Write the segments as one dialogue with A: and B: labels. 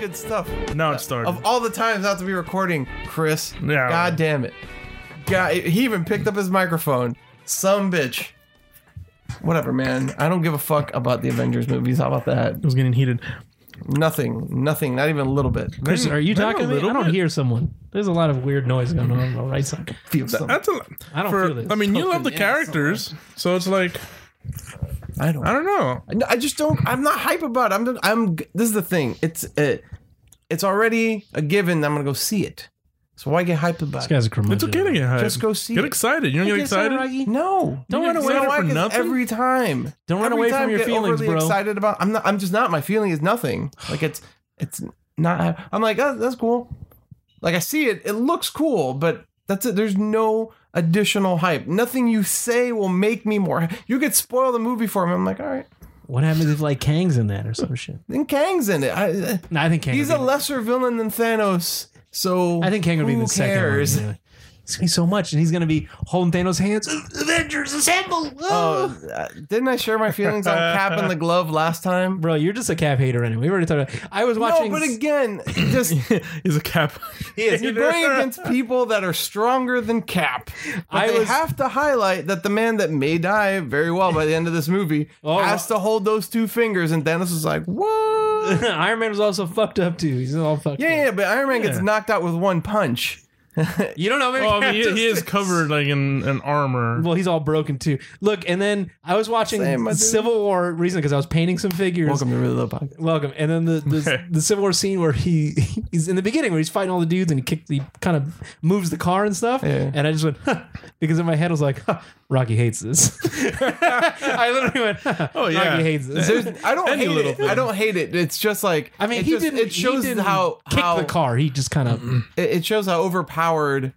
A: good stuff.
B: Now it started.
A: Of all the times not to be recording, Chris.
B: Yeah.
A: God damn it. God, he even picked up his microphone. Some bitch. Whatever, man. I don't give a fuck about the Avengers movies. How about that?
C: It was getting heated.
A: Nothing. Nothing. Not even a little bit.
C: Chris,
B: Maybe-
C: are you
B: maybe a
C: talking? to me?
B: little
C: I don't
B: bit.
C: hear someone. There's a lot of weird noise going on on the right side.
A: Feel something.
B: That's a,
C: I don't
B: for,
C: feel this.
B: I mean, you
A: Fucking
B: love the
A: yeah,
B: characters, so it's like
A: I don't.
B: I don't know.
A: No, I just don't. I'm not hype about. It. I'm. not- I'm. This is the thing. It's. Uh, it's already a given. that I'm gonna go see it. So why get hype about
C: These
A: it?
C: guys are curmudgeon.
B: It's okay to get hyped.
A: Just go see
B: Get
A: it.
B: excited. You don't get excited.
A: No,
C: Don't
A: You
C: run
A: get
C: away
A: excited
B: for
A: why? 'Cause
B: nothing?
A: Every time.
C: Don't run
A: Every
C: away
A: time
C: from
A: I
C: your
A: get
C: feelings,
A: overly
C: bro.
A: Excited about. I'm not. I'm just not. My feeling is nothing. Like it's. It's not. I'm like oh, that's cool. Like I see it. It looks cool, but that's it. There's no additional hype. Nothing you say will make me more. You could spoil the movie for me. I'm like, all right.
C: What happens if like Kang's in that or some shit?
A: Then Kang's in it. I, uh,
C: No, I think Kang.
A: He's
C: would
A: a
C: be-
A: lesser villain than Thanos. So
C: I think Kang would be
A: who
C: the
A: cares?
C: second one. anyway. It's gonna be so much, and he's gonna be holding Thanos' hands. Avengers assemble!
A: Oh, uh, didn't I share my feelings on Cap and the Glove last time?
C: Bro, you're just a cap hater anyway. We already talked about. I was watching.
A: No, but again, just
B: He's a cap. He
A: you're going against people that are stronger than Cap. But
C: I
A: they
C: was-
A: have to highlight that the man that may die very well by the end of this movie
C: Oh,
A: has to hold those two fingers, and Thanos is like, "What?"
C: Iron Man was also fucked up too. He's all fucked.
A: Yeah,
C: up.
A: yeah, but Iron Man gets
B: Yeah.
A: knocked out with one punch.
C: You don't know. Maybe
B: Oh, I mean, he, he is covered like in, in armor.
C: Well, he's all broken too. Look, and then I was watching
A: Same, my dude.
C: Civil War recently because I was painting some figures.
A: Welcome to Really Low Podcast.
C: Welcome. And then the the, the Civil War scene where he he's in the beginning where he's fighting all the dudes and he kicks he kind of moves the car and stuff.
A: Yeah.
C: And I just went huh, because in my head I was like, huh, Rocky hates this. I literally went, huh,
B: Oh, yeah.
C: Rocky hates this.
A: There's- I don't
B: Any
A: hate
B: little
A: it.
B: thing.
A: I don't hate it. It's just like
C: I mean,
A: it
C: he
A: just-
C: didn't.
A: It shows
C: he didn't
A: how
C: kick
A: how
C: the car. He just kind of
A: It, it shows how overpowered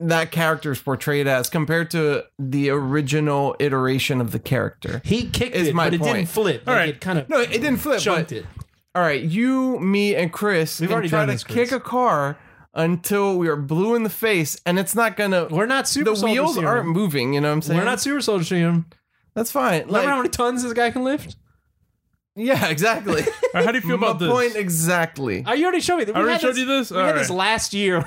A: that character is portrayed as compared to the original iteration of the character.
C: he kicked
A: Is
C: it,
A: my
C: but it didn't
A: point.
C: flip.
B: All
C: like,
B: right.
C: it kind of
A: No, it didn't flip.
C: chunked
A: But,
C: it.
A: All right, you, me, and Chris
C: We've
A: can
C: already
A: try
C: done
A: to
C: this, Chris.
A: kick a car until we are blue in the face, and it's not gonna.
C: We're not super.
A: the
C: soldier
A: wheels
C: serum.
A: aren't moving. You know what I'm saying?
C: We're not super soldier serum.
A: That's fine. Like,
C: Remember how many tons this guy can lift?
A: yeah, exactly.
B: All right, how do you feel
A: My
B: about this?
A: point exactly.
C: Oh, you already showed me. We
B: I already
C: had
B: showed
C: this-
B: you this?
C: We
B: All
C: had
B: right.
C: this last year. I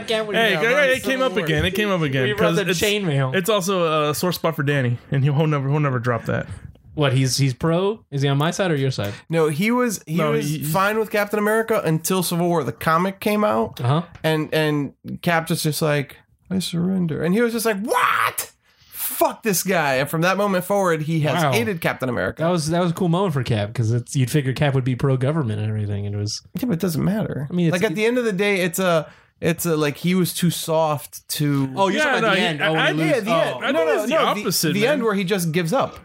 C: can't believe
B: Hey,
C: that.
B: it-
A: right,
B: it came
A: Civil
B: up
A: War.
B: again. It came up again.
C: We
B: 'cause
C: brought the
B: it's,
C: chainmail.
B: it's also a sore spot for Danny, and he'll never he'll never drop that.
C: What? He's he's pro. Is he on my side or your side?
A: No, he was he
B: No,
A: was
B: he-
A: fine with Captain America until Civil War. The comic came out,
C: Uh
B: Uh-huh.
C: huh.
A: and and Cap just just like I surrender, and he was just like, "What? Fuck this guy!" And from that moment forward, he has
C: Wow.
A: hated Captain America.
C: That was that was a cool moment for Cap because it's you'd figure Cap would be pro government and everything, and it was
A: Yeah, but it doesn't matter. I
C: mean,
A: mean,
C: it's-
A: like at the end of the day, it's a it's a like he was too soft to.
C: you're
B: Yeah,
C: talking about
B: no,
C: the
B: he-
C: end.
B: I-
C: oh, when
B: I-
C: he
A: yeah,
C: loses-
A: the
C: oh.
A: end.
B: I
A: no,
B: think
A: no,
B: it's the
A: no.
B: opposite,
A: the,
B: man.
A: end where he just gives up.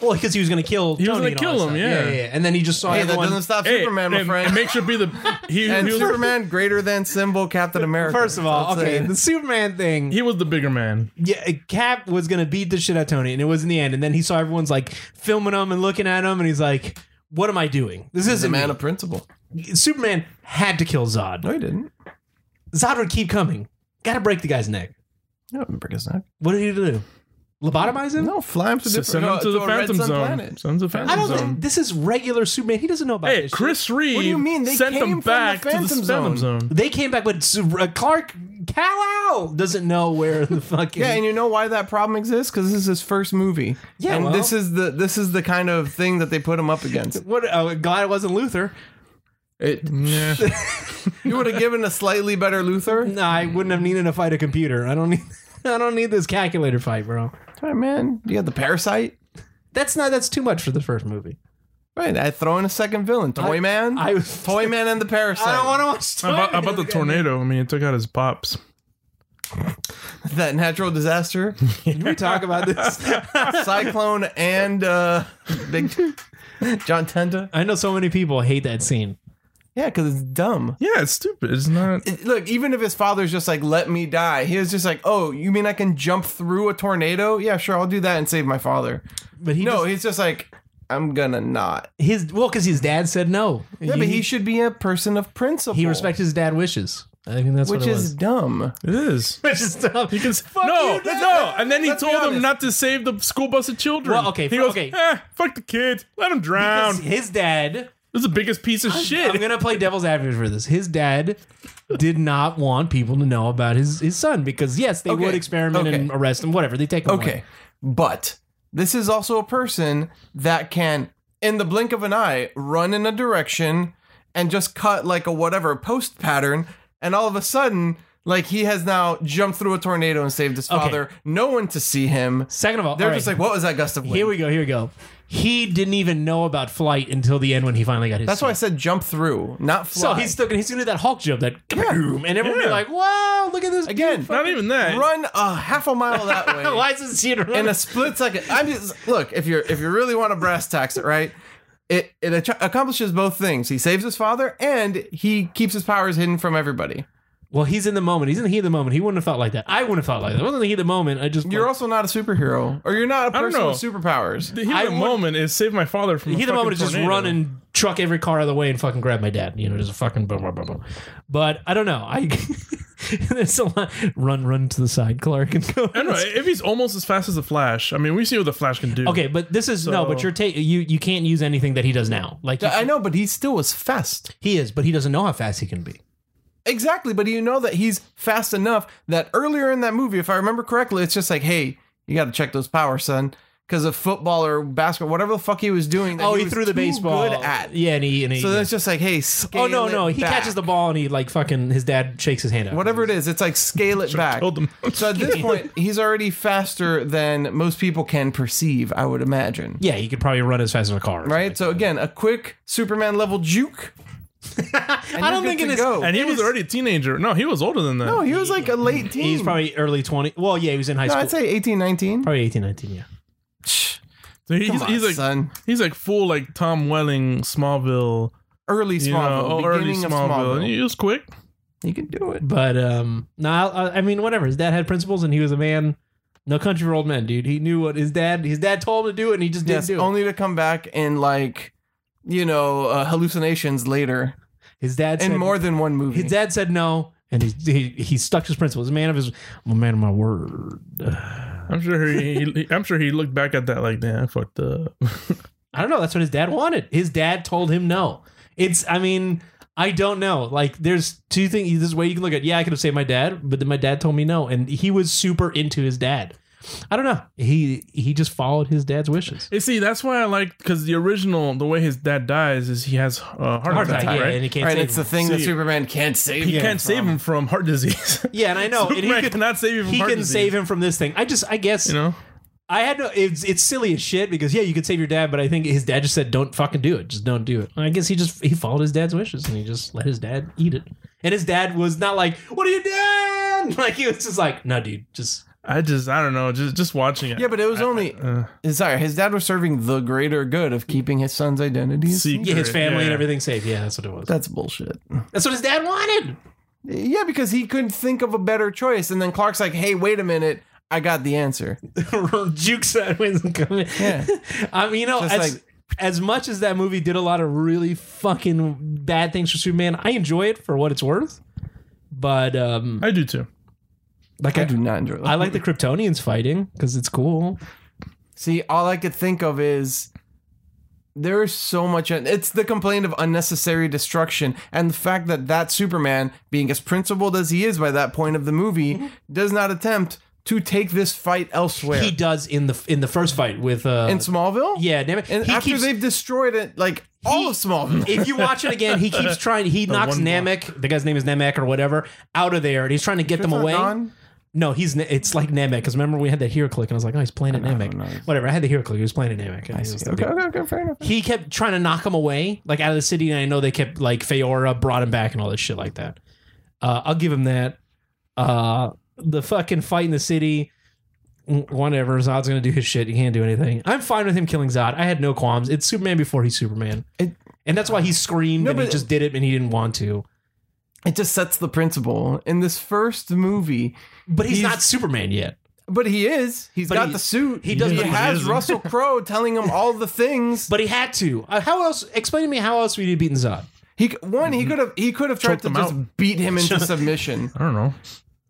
C: well because he was gonna kill.
B: He was
C: Tony
B: gonna
C: and
B: kill
C: all that
B: him,
C: stuff.
B: yeah.
C: yeah, yeah. And then he just saw
A: Hey, that
C: everyone.
A: doesn't stop
B: Hey,
A: Superman, my
B: and,
A: friend.
B: and make sure be the he,
A: and
B: he, was,
A: Superman greater than symbol Captain America.
C: First of all,
A: That's
C: okay,
A: it.
C: the Superman thing.
B: he was the bigger man.
C: yeah, uh, Cap was gonna beat the shit out of Tony, and it was in the end. And then he saw everyone's like filming him and looking at him, and he's like, "What am I doing? This
A: He's a
C: isn't
A: man
C: me."
A: of principle.
C: Superman had to kill Zod.
A: No, he didn't.
C: Zod would keep coming. Got to break the guy's neck.
A: No, break his neck.
C: What did he do? Lobotomize him?
A: No, fly him to
B: So
A: different.
B: send
A: no,
B: him to the
A: a red
B: Phantom
A: sun
B: Zone.
A: planet.
B: Send him to the
C: I
B: Phantom
C: don't.
B: Zone.
C: Think, this is regular Superman. He doesn't know about
B: Hey,
C: this.
B: Chris Reeve
A: you mean? They
B: sent
A: came
B: them
A: from the
B: back to
A: Phantom
B: the Phantom
A: Zone.
B: Zone.
C: They came back, but Su- uh, Clark Kal-El doesn't know where the fucking.
A: Yeah, and you know why that problem exists? Because this is his first movie.
C: Yeah,
A: and
C: well-
A: this is the this is the kind of thing that they put him up against.
C: what? Uh, glad it wasn't Luther.
A: It,
B: Yeah.
A: you would have given a slightly better Luther.
C: No, I wouldn't have needed to fight a computer. I don't need. I don't need this calculator fight, bro.
A: All right, man, you got the parasite.
C: That's not. That's too much for the first movie.
A: Right, I throw in a second villain, Toy Man,
C: I was.
A: Toy Man, and the parasite.
C: I don't want to watch.
B: How about, how about the tornado? I mean, it took out his pops.
A: that natural disaster,
C: Can we talk about this?
A: cyclone, and uh, Big John Tenta.
C: I know so many people hate that scene.
A: Yeah, because it's dumb.
B: Yeah, it's stupid. It's not.
A: It- Look, even if his father's just like, "Let me die," he was just like, "Oh, you mean I can jump through a tornado? Yeah, sure, I'll do that and save my father."
C: But he
A: no,
C: just-
A: he's just like, I'm gonna not.
C: his well because his dad said no.
A: Yeah, but he should be a person of principle.
C: he respects his dad wishes. I mean that's
A: which
C: what it
A: is
C: was.
A: dumb.
B: It is.
C: Which is dumb.
B: You can s-
C: Fuck
B: no,
C: you, Dad.
B: no. And then he
A: Let's be
B: told him
A: honest.
B: not to save the school bus of children.
C: Well, okay,
B: He
C: fu-
B: goes,
C: okay.
B: "Eh, fuck the kids. Let them drown.
C: Because his dad
B: This is the biggest piece of shit.
C: I'm gonna play devil's advocate for this. His dad did not want people to know about his his son because yes, they
A: Okay.
C: would experiment and
A: Okay.
C: arrest him. Whatever they take him. away.
A: Okay. But this is also a person that can, in the blink of an eye, run in a direction and just cut like a whatever post pattern. And all of a sudden, like he has now jumped through a tornado and saved his
C: Okay.
A: father. No one to see him.
C: Second of all,
A: They're
C: all
A: just
C: right.
A: like, what was that gust of wind?
C: Here we go. Here we go. He didn't even know about flight until the end when he finally got his.
A: That's why I said jump through, not
C: So
A: fly.
C: he's still gonna, he's gonna do that Hulk jump that kaboom, and everyone be
B: Yeah.
C: like, "Wow, look at this
A: Again,
C: dude
B: Not even that.
A: run a half a mile that way.
C: fucking- Why is this shit
A: in
C: around?"
A: a split second. I'm just look if you're if you really want to brass tax it, right? It it ac- accomplishes both things. He saves his father and he keeps his powers hidden from everybody.
C: well, he's in the moment. He's in the heat of the moment. He wouldn't have felt like that. I wouldn't have felt like that. I wasn't in the heat of the moment. I just
A: You're also not a superhero, or you're not a
B: I don't
A: person
B: know.
A: with superpowers.
B: The heat
C: I
B: of the
C: would-
B: moment is save my father from.
C: the
B: a
C: heat of the moment is
B: fucking
C: just
B: tornado.
C: run and truck every car out of the way and fucking grab my dad. You know, just fucking boom, boom, boom, boom. But I don't know. I there's a lot. Run, run to the side, Clark, and go.
B: I don't know if he's almost as fast as the Flash. I mean, we see what the Flash can do.
C: Okay, but this is no. But
B: So-
C: you're ta- you you can't use anything that he does now. Like
A: I know, but he still was fast.
C: he is, but he doesn't know how fast he can be.
A: Exactly, but you know that he's fast enough that earlier in that movie, if I remember correctly, it's just like, hey, you got to check those powers, son, because of football or basketball, whatever the fuck he was doing. That
C: Oh, he,
A: was
C: threw the
A: too
C: baseball.
A: Good at.
C: yeah, and he and he.
A: So then it's just like, hey, scale
C: oh no,
A: it
C: no, he
A: back.
C: catches the ball and he like fucking his dad shakes his hand out.
A: whatever it is. It's like scale it back.
B: Killed him.
A: So at this point, he's already faster than most people can perceive, I would imagine.
C: Yeah, he could probably run as fast as a car.
A: Right? So again, a quick Superman level juke.
C: I
A: you're
C: don't think
A: good
C: it
A: to
C: is.
A: go.
B: and he was already a teenager. No, he was older than that.
A: No, Oh, he was like a late teen.
C: He's probably early twenty. Well, yeah, he was in high
A: no,
C: school.
A: I'd say 18, 19.
C: probably 18, 19, Yeah.
B: So he-
A: Come
B: he's,
A: on,
B: he's like
A: son.
B: he's like full like Tom Welling Smallville.
A: Early Smallville.
B: You know, oh, early
A: beginning
B: Smallville.
A: of Smallville.
B: He was quick.
A: You can do it.
C: But um, no, I, I mean, whatever. His dad had principles, and he was a man. No country for old men, dude. He knew what his dad. His dad told him to do it, and he just didn't
A: Yes,
C: do it.
A: only to come back in like, you know, uh, hallucinations later
C: his dad said
A: in more than one movie.
C: His dad said no, and he he, he stuck to his principles. A man of his, I'm a man of my word.
B: I'm sure he, he, he- I'm sure he looked back at that like, damn, I fucked up.
C: I don't know. That's what his dad wanted. His dad told him no. It's. I mean, I don't know. Like, there's two things. This way you can look at. Yeah, I could have saved my dad, but then my dad told me no, and he was super into his dad. I don't know. He he just followed his dad's wishes.
B: You see, that's why I like because the original, the way his dad dies is he has uh, heart,
C: Heart
B: attack,
C: attack, yeah,
B: right?
C: and he can't
A: Right,
C: save
A: it's the
C: him.
A: thing that
B: See.
A: Superman can't save.
B: he
A: him
B: can't save
A: from.
B: him from heart disease.
C: yeah, and I know. and
B: Superman
C: he could,
B: cannot save you from
C: he
B: heart
C: can
B: disease.
C: save him from this thing. I just, I guess,
B: You know,
C: I had no. It's it's silly as shit because yeah, you could save your dad, but I think his dad just said, "Don't fucking do it. Just don't do it." And I guess he just he followed his dad's wishes and he just let his dad eat it. And his dad was not like, "What are you doing?" Like he was just like, "No, dude, just
B: I just I don't know, just just watching it.
A: Yeah, but it was only
B: uh,
A: sorry. His dad was serving the greater good of keeping his son's identity. a
B: See,
A: secret.
C: get his
B: Great,
C: family and
B: yeah.
C: everything safe." Yeah, that's what it was.
A: That's bullshit.
C: That's what his dad wanted.
A: Yeah, because he couldn't think of a better choice, and then Clark's like, "Hey, wait a minute, I got the answer."
C: Juke sideways and come in.
A: Yeah.
C: I mean, you know,
A: Just
C: as,
A: like-
C: as much as that movie did a lot of really fucking bad things for Superman, I enjoy it for what it's worth. But um,
B: I do too.
A: Like I do not enjoy. That.
C: I like the Kryptonians fighting because it's cool.
A: See, all I could think of is there is so much. It's the complaint of unnecessary destruction, and the fact that that Superman, being as principled as he is by that point of the movie, does not attempt to take this fight elsewhere.
C: He does in the in the first fight with uh
A: in Smallville,
C: yeah, damn it.
A: and
C: he
A: after
C: keeps,
A: they've destroyed it, like all of Smallville.
C: if you watch it again, he keeps trying. He knocks
B: one block.
C: Namek, the guy's name is Namek or whatever, out of there, and he's trying to get them
A: It's not
C: away.
A: gone.
C: No, he's ne- it's like Namek because remember we had that hero click, and I was like, oh, he's playing at Namek.
A: no, no.
C: Whatever, I had the hero click, he was playing at Namek. and he was the
A: Okay,
C: dude.
A: okay, okay, fair enough.
C: He kept trying to knock him away, like out of the city, and I know they kept like Feora brought him back and all this shit like that. Uh, I'll give him that. Uh, the fucking fight in the city, w- whatever. Zod's gonna do his shit. He can't do anything. I'm fine with him killing Zod. I had no qualms. It's Superman before he's Superman,
A: It-
C: and that's why he screamed
A: No,
C: and he
A: but-
C: just did it and he didn't want to.
A: It just sets the principle in this first movie,
C: But he's,
A: He's-
C: not Superman yet.
A: but he is. He's
C: But
A: got
C: he-
A: the suit.
C: he does,
A: He
C: but he
A: has
B: isn't.
A: Russell Crowe telling him all the things.
C: But he had to. Uh, how else? Explain to me how else would he beaten Zod?
A: He c- one
C: Mhm.
A: he could have he could have tried
B: Choked
A: to
B: him
A: just
B: out.
A: beat him into submission.
B: I don't know.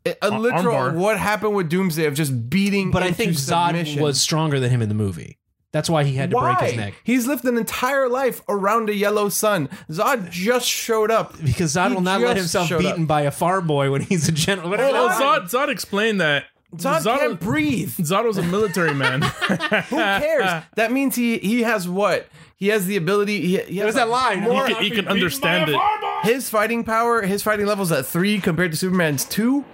A: A a literal
B: armbar.
A: what happened with Doomsday of just beating.
C: But I
A: into
C: think Zod
A: submission.
C: was stronger than him in the movie. That's why he had to
A: Why?
C: break his neck
A: He's lived an entire life around a yellow sun. Zod just showed up.
C: because Zod
A: He
C: will not let
A: just
C: himself
A: showed
C: beaten
A: up.
C: by a farm boy when he's a general. Whatever
B: Well,
C: that was.
B: Zod, Zod explained that.
A: Zod can't breathe.
B: Zod was a military man.
A: Who cares? that means he he has what? He has the ability. He, he has
C: was that
A: a-
C: line.
B: he
A: More,
B: can, he can understand it.
A: his fighting power, his fighting levels at three compared to Superman's two.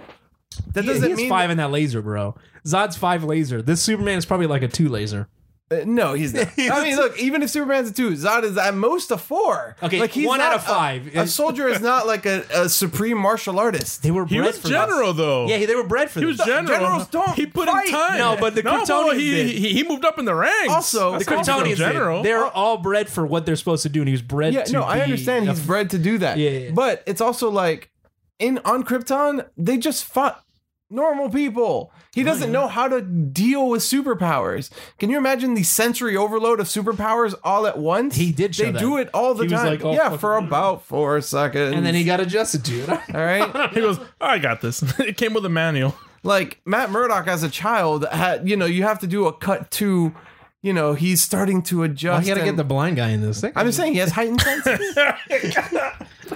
A: That
C: He-
A: doesn't
C: he's
A: mean
C: five in that laser, bro. Zod's five laser. This Superman is probably like a two laser.
A: Uh, no, he's not. I mean, look, even if Superman's a two, Zod is at most a four.
C: Okay,
A: like he's
C: one out
A: not
C: of
A: a-
C: five.
A: A, soldier is not like a, a supreme martial artist.
C: They were
B: He
C: bred
B: was
C: for
B: general though.
C: This. Yeah, they were bred for
B: he was
C: this.
B: general.
A: generals don't
B: He put
A: fight.
B: in time.
C: No, but the
B: no,
C: Kryptonians
B: he,
C: did.
B: he he moved up in the ranks.
A: Also,
B: That's
A: the
B: how you become
C: Kryptonians did.
B: general.
C: They're all bred for what they're supposed to do, and he was bred.
A: Yeah,
C: to
A: no, I
C: be
A: understand
C: a
A: he's bred to do that.
C: Yeah, yeah, yeah.
A: But it's also like in on Krypton, they just fought normal people. He doesn't know how to deal with superpowers. Can you imagine the sensory overload of superpowers all at once?
C: He did show
A: they
C: that.
A: do it all the
C: He was
A: time.
C: like, oh,
A: yeah,
C: fuck.
A: for about four seconds.
C: and then he got adjusted to it.
A: all right.
B: he goes, I got this. it came with a manual.
A: like Matt Murdock as a child had you know you have to do a cut to you know he's starting to adjust.
C: I gotta get
A: and-
C: the blind guy in this thing.
A: I'm just saying he has heightened senses.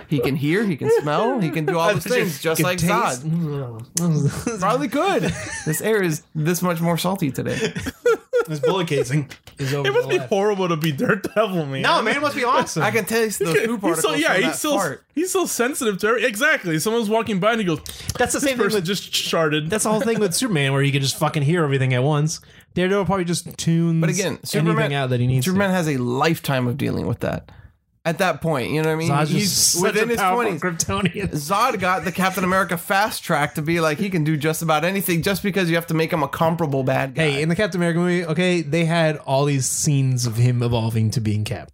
A: he can hear, he can smell, he can do all those things just like Zod.
C: Zod.
A: Probably could. This air is this much more salty today.
C: this bullet casing is over.
B: It must
C: the
B: be
C: left.
B: horrible to be Daredevil, man.
C: No, man, it must be awesome.
A: I can taste those poo
B: He's
A: particles.
B: so yeah,
A: from
B: he's
A: that
B: so
A: fart.
B: he's so sensitive to every, exactly. Someone's walking by and he goes,
C: that's the
B: "This
C: same thing
B: person
C: with
B: just charted."
C: that's the whole thing with Superman, where you can just fucking hear everything at once. Daredevil probably just tunes,
A: But again, Superman
C: anything out that he needs. to.
A: Superman has a lifetime of dealing with that. At that point, you know what I mean?
C: Zod's just
A: he's
C: such
A: within
C: a
A: his
C: powerful
A: twenties.
C: Kryptonian.
A: Zod got the Captain America fast track to be like he can do just about anything just because you have to make him a comparable bad guy.
C: Hey, in the Captain America movie, okay, they had all these scenes of him evolving to being Cap.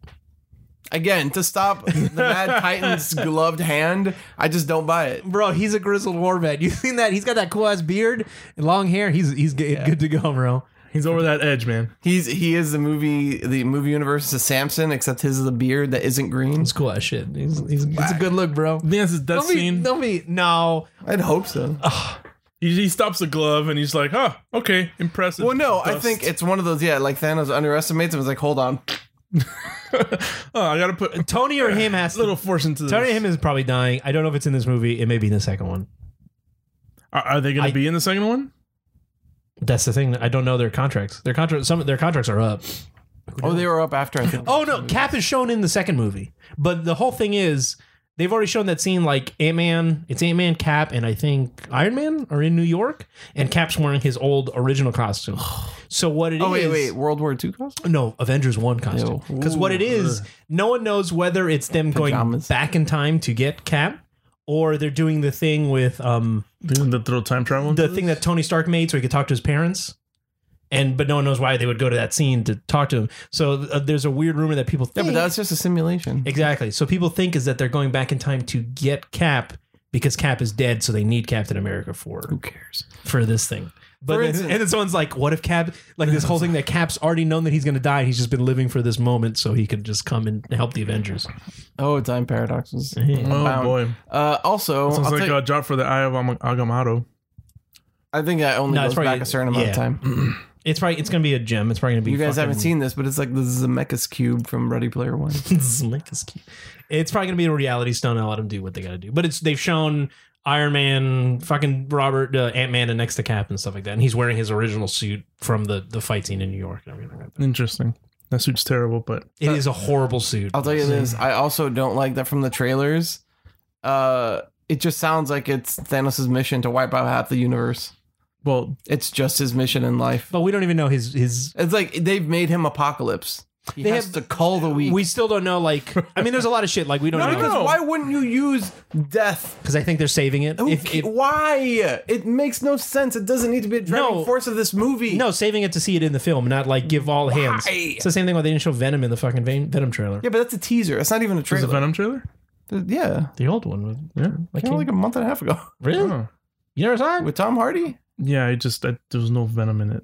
A: Again, to stop the Mad Titan's gloved hand, I just don't buy it.
C: Bro, he's a grizzled war vet. You seen that? He's got that cool ass beard and long hair. He's he's g- good to go, bro.
B: He's over that edge, man.
A: He's he is the movie the movie universe is Samson, except his is the beard that isn't green.
C: It's cool as shit. He's, he's, it's a good look, bro.
B: I think that's his death
C: Don't be,
B: scene.
C: don't be, no.
A: I'd hope so.
C: Oh,
B: He, he stops the glove and he's like, "Huh, okay, impressive."
A: Well, no, I
B: Dust.
A: think it's one of those. Yeah, like Thanos underestimates him. It's like, hold on,
B: oh, I gotta put a
C: Tony or him has
B: little force into this.
C: Tony or him is probably dying. I don't know if it's in this movie. It may be in the second one.
B: Are, are they gonna
C: I-
B: be in the second one?
C: That's the thing. I don't know their contracts. Their contract, some their contracts are up.
A: oh, they were up after. I think.
C: Oh no, Cap is shown in the second movie. But the whole thing is they've already shown that scene like Ant Man, it's Ant Man, Cap, and I think Iron Man are in New York, and Cap's wearing his old original costume. So what it is?
A: oh wait, wait, World War II costume.
C: No, Avengers One costume.
A: Ew.
C: Because what it is, no one knows whether it's them
A: Pajamas.
C: going back in time to get Cap, or they're doing the thing with um
B: They're gonna throw time travel. into
C: the
B: this?
C: thing that Tony Stark made so he could talk to his parents. And but no one knows why they would go to that scene to talk to him. So uh, there's a weird rumor that people
A: Yeah,
C: think
A: but that's just a simulation.
C: Exactly. So people think is that they're going back in time to get Cap because Cap is dead, so they need Captain America for
A: Who cares?
C: for this thing. But
A: For
C: then,
A: instance-
C: and then someone's like, "What if Cap? Like this whole thing that Cap's already known that he's going to die. He's just been living for this moment, so he could just come and help the Avengers."
A: Oh, time paradoxes.
B: Oh
A: Bound.
B: boy,
A: Uh, also,
B: sounds
A: I'll
B: like
A: take-
B: a job for the Eye of Am- Agamotto.
A: I think that only
C: No, it's
A: goes
C: probably-
A: back a certain amount
C: yeah.
A: of time.
C: It's probably it's going to be a gem. It's probably going to be
A: You guys
C: fucking-
A: haven't seen this, but it's like the Zemeckis cube from Ready Player One.
C: Zemeckis. it's probably going to be a reality stunt. I'll let them do what they got to do. But it's they've shown Iron Man, fucking Robert, uh, Ant Man, and next to Cap and stuff like that. And he's wearing his original suit from the the fight scene in New York and everything like that.
B: Interesting. That suit's terrible, but
C: It is a horrible suit.
A: I'll tell you this. I also don't like that from the trailers. Uh, it just sounds like it's Thanos' mission to wipe out half the universe.
B: well,
A: It's just his mission in life.
C: But we don't even know his his.
A: It's like they've made him apocalypse. He
C: They
A: has
C: have-
A: to call the weak.
C: We still don't know. Like, I mean, there's a lot of shit. Like, we don't
A: no,
C: know
A: because why wouldn't you use death?
C: because I think they're saving it.
A: Who
C: If-
A: ca-
C: if-
A: why? It makes no sense. It doesn't need to be a driving
C: No.
A: force of this movie.
C: no, saving it to see it in the film, not like give all hands. It's the same thing why they didn't show Venom in the fucking Ven- Venom trailer.
A: Yeah, but that's a teaser. It's not even a
B: is the
A: trailer.
B: Venom trailer?
A: Th- Yeah,
C: The old one, with-
B: Yeah.
C: like,
A: came out like a month and a half ago
C: really?
B: Oh.
C: You never saw it?
A: with Tom Hardy.
B: Yeah, I just I, there was no venom in it.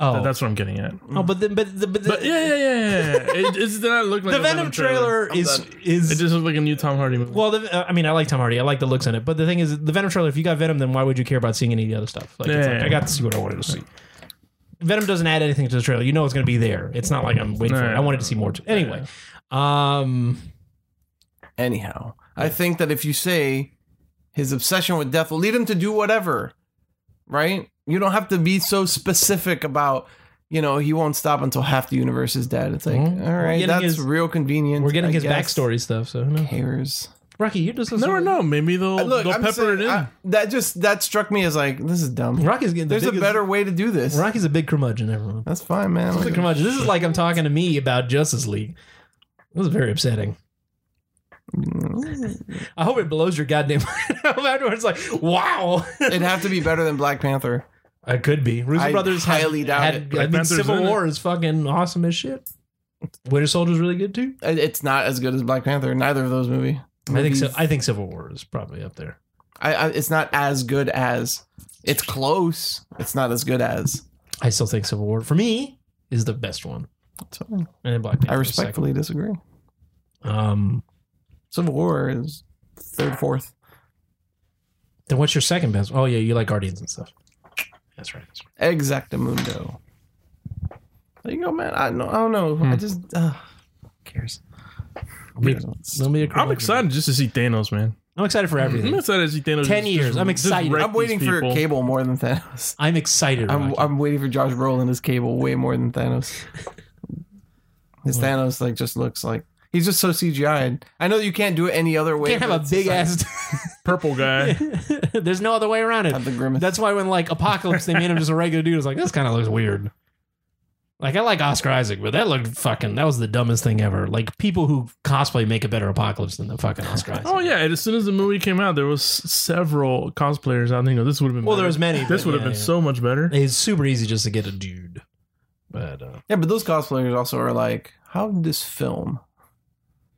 C: Oh,
B: That- that's what I'm getting at.
C: oh, but the, but the, but the,
B: But yeah, yeah, yeah, yeah. yeah. it, it does not look like
C: the
B: a
C: Venom trailer
A: I'm
C: is
A: done.
C: is
B: It just looks like a new Tom Hardy movie.
C: well. The, uh, I mean, I like Tom Hardy. I like the looks in it. But the thing is, the Venom trailer. If you got Venom, then why would you care about seeing any of the other stuff? Like, it's
B: Yeah.
C: like I got to see what I wanted to see. Venom doesn't add anything to the trailer. You know it's going to be there. It's not like I'm waiting for it. I wanted to see more. To, anyway, um,
A: Anyhow, I think that if you say his obsession with death will lead him to do whatever, right? You don't have to be so specific about, you know, he won't stop until half the universe is dead. It's like,
C: Mhm.
A: all right,
C: getting
A: that's
C: his-
A: real convenient.
C: we're getting
A: I
C: his
A: guess.
C: backstory stuff. So who knows?
A: Cares.
C: Rocky, you just
B: Never know. Maybe they'll,
A: Look,
B: they'll
A: I'm
B: pepper
A: saying-
B: it in.
A: I- that just that struck me as like this is dumb.
C: Rocky's getting the
A: There's a
C: biggest-
A: better way to do this.
C: Rocky's a big curmudgeon. Everyone,
A: That's fine, man.
C: This is a curmudgeon. This is like I'm talking to me about Justice League. This is very upsetting. I hope it blows your goddamn mind up afterwards. Like, wow,
A: It'd have to be better than Black Panther.
C: it could be. Russo
A: I
C: Brothers
A: highly
C: had,
A: doubt
C: had,
A: it.
C: I
B: Black
C: mean,
B: Panther's
C: Civil
B: in it.
C: War is fucking awesome as shit. Winter Soldier's really good too.
A: It- It's not as good as Black Panther. Neither of those movie.
C: I think so.
A: movies.
C: I think Civil War is probably up there.
A: I, I it's not as good as it's close. It's not as good as.
C: I still think Civil War for me is the best one.
A: So
C: And then Black
A: I
C: Panther is second.
A: respectfully disagree.
C: Um,
A: Civil War is third, fourth.
C: then what's your second best? Oh yeah, you like Guardians and stuff. That's right. That's right.
A: Exactamundo. There you go, man. I don't know. I don't know.
C: Hmm.
A: I just uh, who cares.
C: Don't be- don't be a
B: I'm
C: curmudgeon.
B: excited just to see Thanos, man.
C: I'm excited for everything.
A: Mm-hmm.
B: I'm excited to see Thanos.
C: Mm-hmm. Ten
B: just-
C: years.
B: just-
C: I'm
B: just
C: excited.
B: wreck
A: I'm waiting
B: these
A: for
B: people.
A: Cable more than Thanos.
C: I'm excited.
A: I'm
C: Rocky.
A: I'm waiting for Josh Brolin as Cable way more than Thanos. His Thanos like just looks like he's just so CGI'd. I know you can't do it any other way.
C: can't have
A: but
C: a
A: it's
C: big
A: just like-
C: ass.
B: Purple guy.
C: There's no other way around
A: have
C: it.
A: the grimace.
C: That's why when like Apocalypse, they made him just a regular dude. It's like this kind of looks weird. Like I like Oscar Isaac, but that looked fucking. That was the dumbest thing ever. Like people who cosplay make a better Apocalypse than the fucking Oscar Isaac.
B: Oh yeah! And as soon as the movie came out, there was several cosplayers. I think oh, this would have been
C: Well,
B: better.
C: there was many.
B: This
C: but
B: would have
C: yeah,
B: been
C: yeah.
B: so much better.
C: It's super easy just to get a dude. But uh,
A: Yeah, but those cosplayers also are like, how did this film?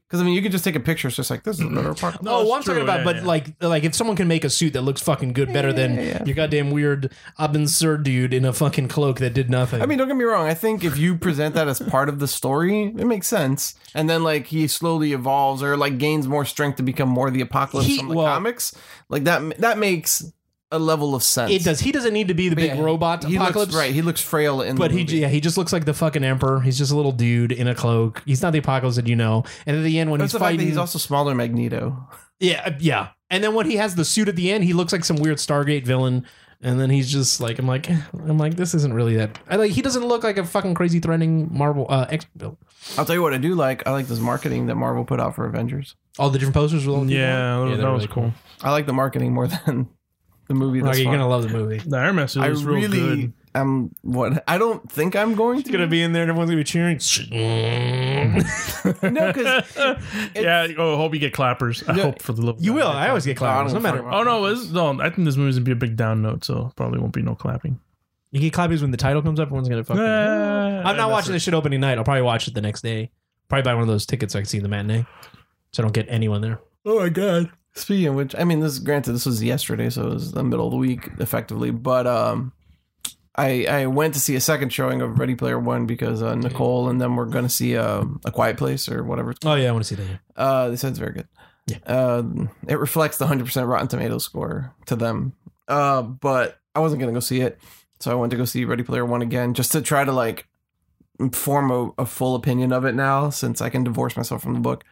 A: Because I mean, you could just take a picture. It's just like this is another part.
B: No,
C: oh,
B: it's
C: well, I'm
B: true,
C: talking about,
B: yeah,
C: but
B: yeah.
C: like, like if someone can make a suit that looks fucking good, better than
A: Yeah, yeah, yeah.
C: your goddamn weird absurd dude in a fucking cloak that did nothing.
A: I mean, don't get me wrong. I think if you present that as part of the story, it makes sense. And then like he slowly evolves or like gains more strength to become more the apocalypse
C: He-
A: from the
C: well-
A: comics. Like that that makes a level of sense.
C: it does. He doesn't need to be the
A: But
C: big
A: yeah,
C: robot
A: He
C: apocalypse,
A: looks, right? He looks frail in.
C: But
A: the
C: he,
A: movie.
C: yeah, he just looks like the fucking emperor. He's just a little dude in a cloak. He's not the apocalypse that you know. And at the end, when
A: That's
C: he's
A: the fact
C: fighting,
A: that he's also smaller than Magneto.
C: yeah, uh, yeah. And then when he has the suit at the end, he looks like some weird Stargate villain. And then he's just like, I'm like, eh, I'm like, this isn't really that. I like, he doesn't look like a fucking crazy threatening Marvel uh, X.
A: I'll tell you what I do like. I like this marketing that Marvel put out for Avengers.
C: All the different posters with all the people
B: yeah,
C: on it?
B: that,
C: they're
B: was
C: really
B: cool.
A: I like the marketing more than the movie.
C: Rocky,
A: This
C: you're
A: far.
C: gonna love the movie.
B: The Iron Man suit
A: I
B: was real
A: really
B: good.
A: am what I don't think I'm going
C: It's gonna
A: to.
C: be in there, and everyone's gonna be cheering.
A: No, because
B: yeah. Oh, I hope you get clappers. I
A: No,
B: hope for the love. of
C: you
B: God,
C: will.
B: get
C: I always get clappers, no matter.
B: Oh no, it's, no! I think this movie's gonna be a big down note, so probably won't be no clapping.
C: You get clappies when the title comes up. Everyone's gonna fucking. I'm not watching this shit opening night. I'll probably watch it the next day. Probably buy one of those tickets so I can see the matinee. So I don't get anyone there.
A: Oh my god. Speaking of which, I mean, this granted this was yesterday, so it was the middle of the week effectively. But um, I I went to see a second showing of Ready Player One because uh, Nicole and them were going to see um, a Quiet Place or whatever. It's
C: Oh yeah, I want to see that. yeah.
A: Uh, they said it's very good.
C: Yeah.
A: Um, it reflects the 100% Rotten Tomatoes score to them. Uh, but I wasn't going to go see it. So I went to go see Ready Player One again just to try to like form a, a full opinion of it now since I can divorce myself from the book.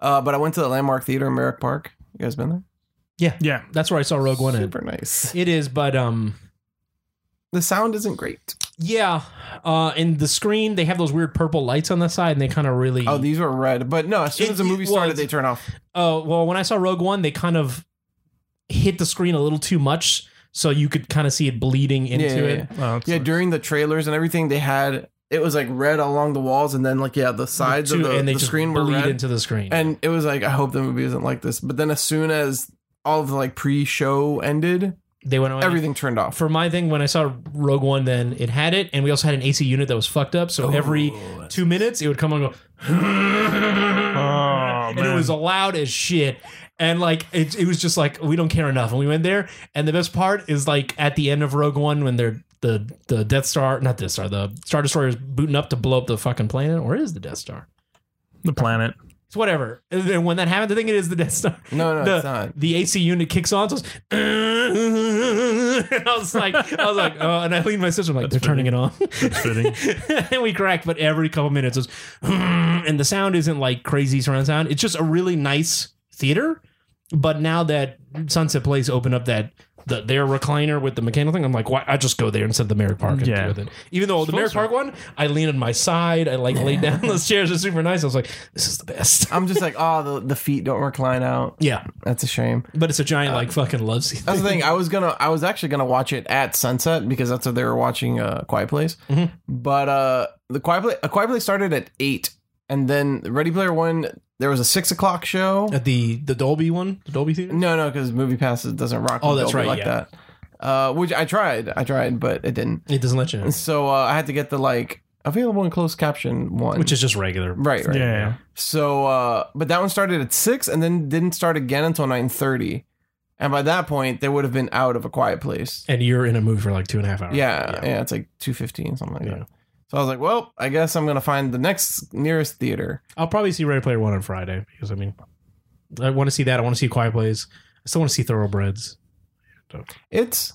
A: Uh, but I went to the Landmark Theater in Merrick Park. You guys been there?
B: Yeah,
C: That's where I saw Rogue One. At.
A: Super nice.
C: It is, but um,
A: The sound isn't great.
C: yeah. Uh, and the screen they have those weird purple lights on the side, and they kind of really.
A: Oh, these were red. But no, as soon as the
C: It- it
A: movie started,
C: was-
A: they turn off.
C: Oh well, when I saw Rogue One, they kind of hit the screen a little too much, so you could kind of see it bleeding into
A: Yeah, yeah,
C: it.
A: yeah.
B: Oh, that's
A: Yeah,
B: nice.
A: during the trailers and everything, they had it was like red along the walls, and then like yeah, the sides
C: Two-
A: of the,
C: and they
A: the
C: just
A: screen were
C: bleed
A: red.
C: into the screen.
A: and it was like i hope the movie isn't like this but then as soon as all of the like pre-show ended
C: they went on
A: everything turned off
C: For my thing, when I saw Rogue One, then it had it, and we also had an AC unit that was fucked up.
A: Oh.
C: So every two minutes, it would come on and go,
B: Oh,
C: and it was loud as shit. And like it, it was just like we don't care enough. And we went there, and the best part is like at the end of Rogue One when they're the the Death Star, not Death Star, the Star Destroyer is booting up to blow up the fucking planet, or is the Death Star?
B: the planet.
C: It's whatever. And then when that happens, I think it is the Death Star.
A: no no
C: the,
A: it's not
C: the AC unit kicks on. So it's- I was like, I was like, oh, and I leaned my sister. I'm like, they're
B: That's
C: turning it on.
B: That's fitting.
C: and we crack, but every couple minutes, it's, and the sound isn't like crazy surround sound. It's just a really nice theater. But now that Sunset Place opened up that the, their recliner with the mechanical thing, I'm like, why? I just go there instead of the Merrick Park. and
B: Yeah.
C: with it. Even though the Merrick
B: closer.
C: Park one, I leaned on my side. I like laid down. Those chairs are super nice. I was like, this is the best.
A: I'm just like, oh, the, the feet don't recline out.
C: Yeah,
A: That's a shame.
C: but it's a giant like fucking love seat.
A: That's the thing. I was gonna, I was actually gonna watch it at sunset because that's what they were watching. Uh, Quiet Place.
C: Mhm.
A: But uh, the Quiet Place, a Quiet Place started at eight, and then Ready Player One. There was a six o'clock show.
C: At the the Dolby one, the Dolby theater.
A: No, no, because Movie Passes doesn't rock.
C: Oh,
A: with
C: that's
A: Dolby Like
C: right, yeah.
A: that. Uh, which I tried, I tried, but it didn't.
C: It doesn't let you, in,
A: So uh, I had to get the like available in closed caption one,
C: which is just regular.
A: right, right.
B: Yeah.
A: So, uh, but that one started at six, and then didn't start again until nine thirty, and by that point they would have been out of a quiet place.
C: And you're in a movie for like two and a half hours.
A: Yeah, yeah, it's like two fifteen something like
C: Yeah.
A: that. So I was like, well, I guess I'm gonna find the next nearest theater.
C: I'll probably see Ready Player One on Friday because I mean, I want to see that. I want to see Quiet Plays. I still want to see Thoroughbreds.
A: It's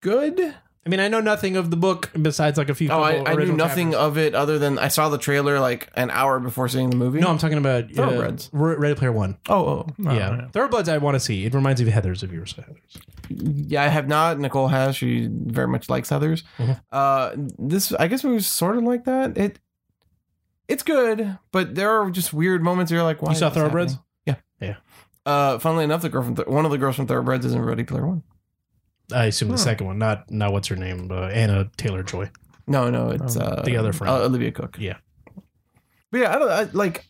A: good.
C: I mean, I know nothing of the book besides like a few.
A: Oh,
C: couple
A: I, I knew
C: original
A: nothing
C: chapters.
A: of it other than I saw the trailer like an hour before seeing the movie.
C: No, I'm talking about
A: Thoroughbreds.
C: Uh, Re- Ready Player One.
A: oh, oh,
B: No,
C: yeah,
B: no.
C: Thoroughbreds. I want to see. It reminds me of Heather's. If you were so Heather's,
A: yeah, I have not. Nicole has. She very much likes others.
C: Mhm.
A: Uh, this, I guess, movie's sort of like that. It, it's good, but there are just weird moments. Where you're like, why?
C: you saw
A: is this
C: Thoroughbreds.
A: happening? Yeah,
C: Yeah.
A: Uh, funnily enough, the girl from Th- one of the girls from Thoroughbreds is in Ready Player One.
C: I assume the
B: Hmm.
C: second one, not not what's her name, uh, Anna Taylor Joy.
A: No, no, it's
B: Oh,
A: uh,
C: Um, the other friend.
A: uh, Olivia Cook.
C: Yeah.
A: but yeah, I don't I, like.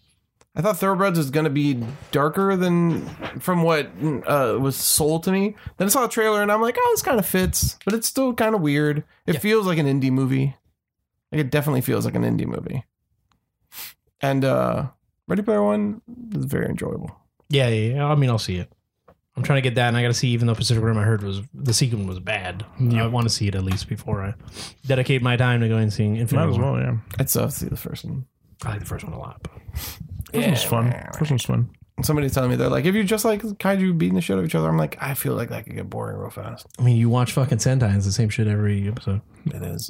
A: I thought Thoroughbreds was gonna be darker than from what uh, was sold to me. Then I saw a trailer and I'm like, oh, this kind of fits, but it's still kind of weird. It
C: Yeah.
A: feels like an indie movie. Like it definitely feels like an indie movie. And uh Ready Player One is very enjoyable.
C: Yeah, yeah, yeah. I mean, I'll see it. I'm trying to get that, and I got to see. Even though Pacific Rim, I heard was the sequel was bad. I want to see it at least before I dedicate my time to going and seeing Infinity
B: Might as
C: War.
B: well, yeah.
A: I'd still have to see the first one.
C: I like the first one a lot. but-
B: First one's fun. First one's fun.
A: Somebody's telling me they're like, if you just like kaiju beating the shit out of each other, I'm like, I feel like that could get boring real fast.
C: I mean, you watch fucking Sentai, it's the same shit every episode.
A: It is.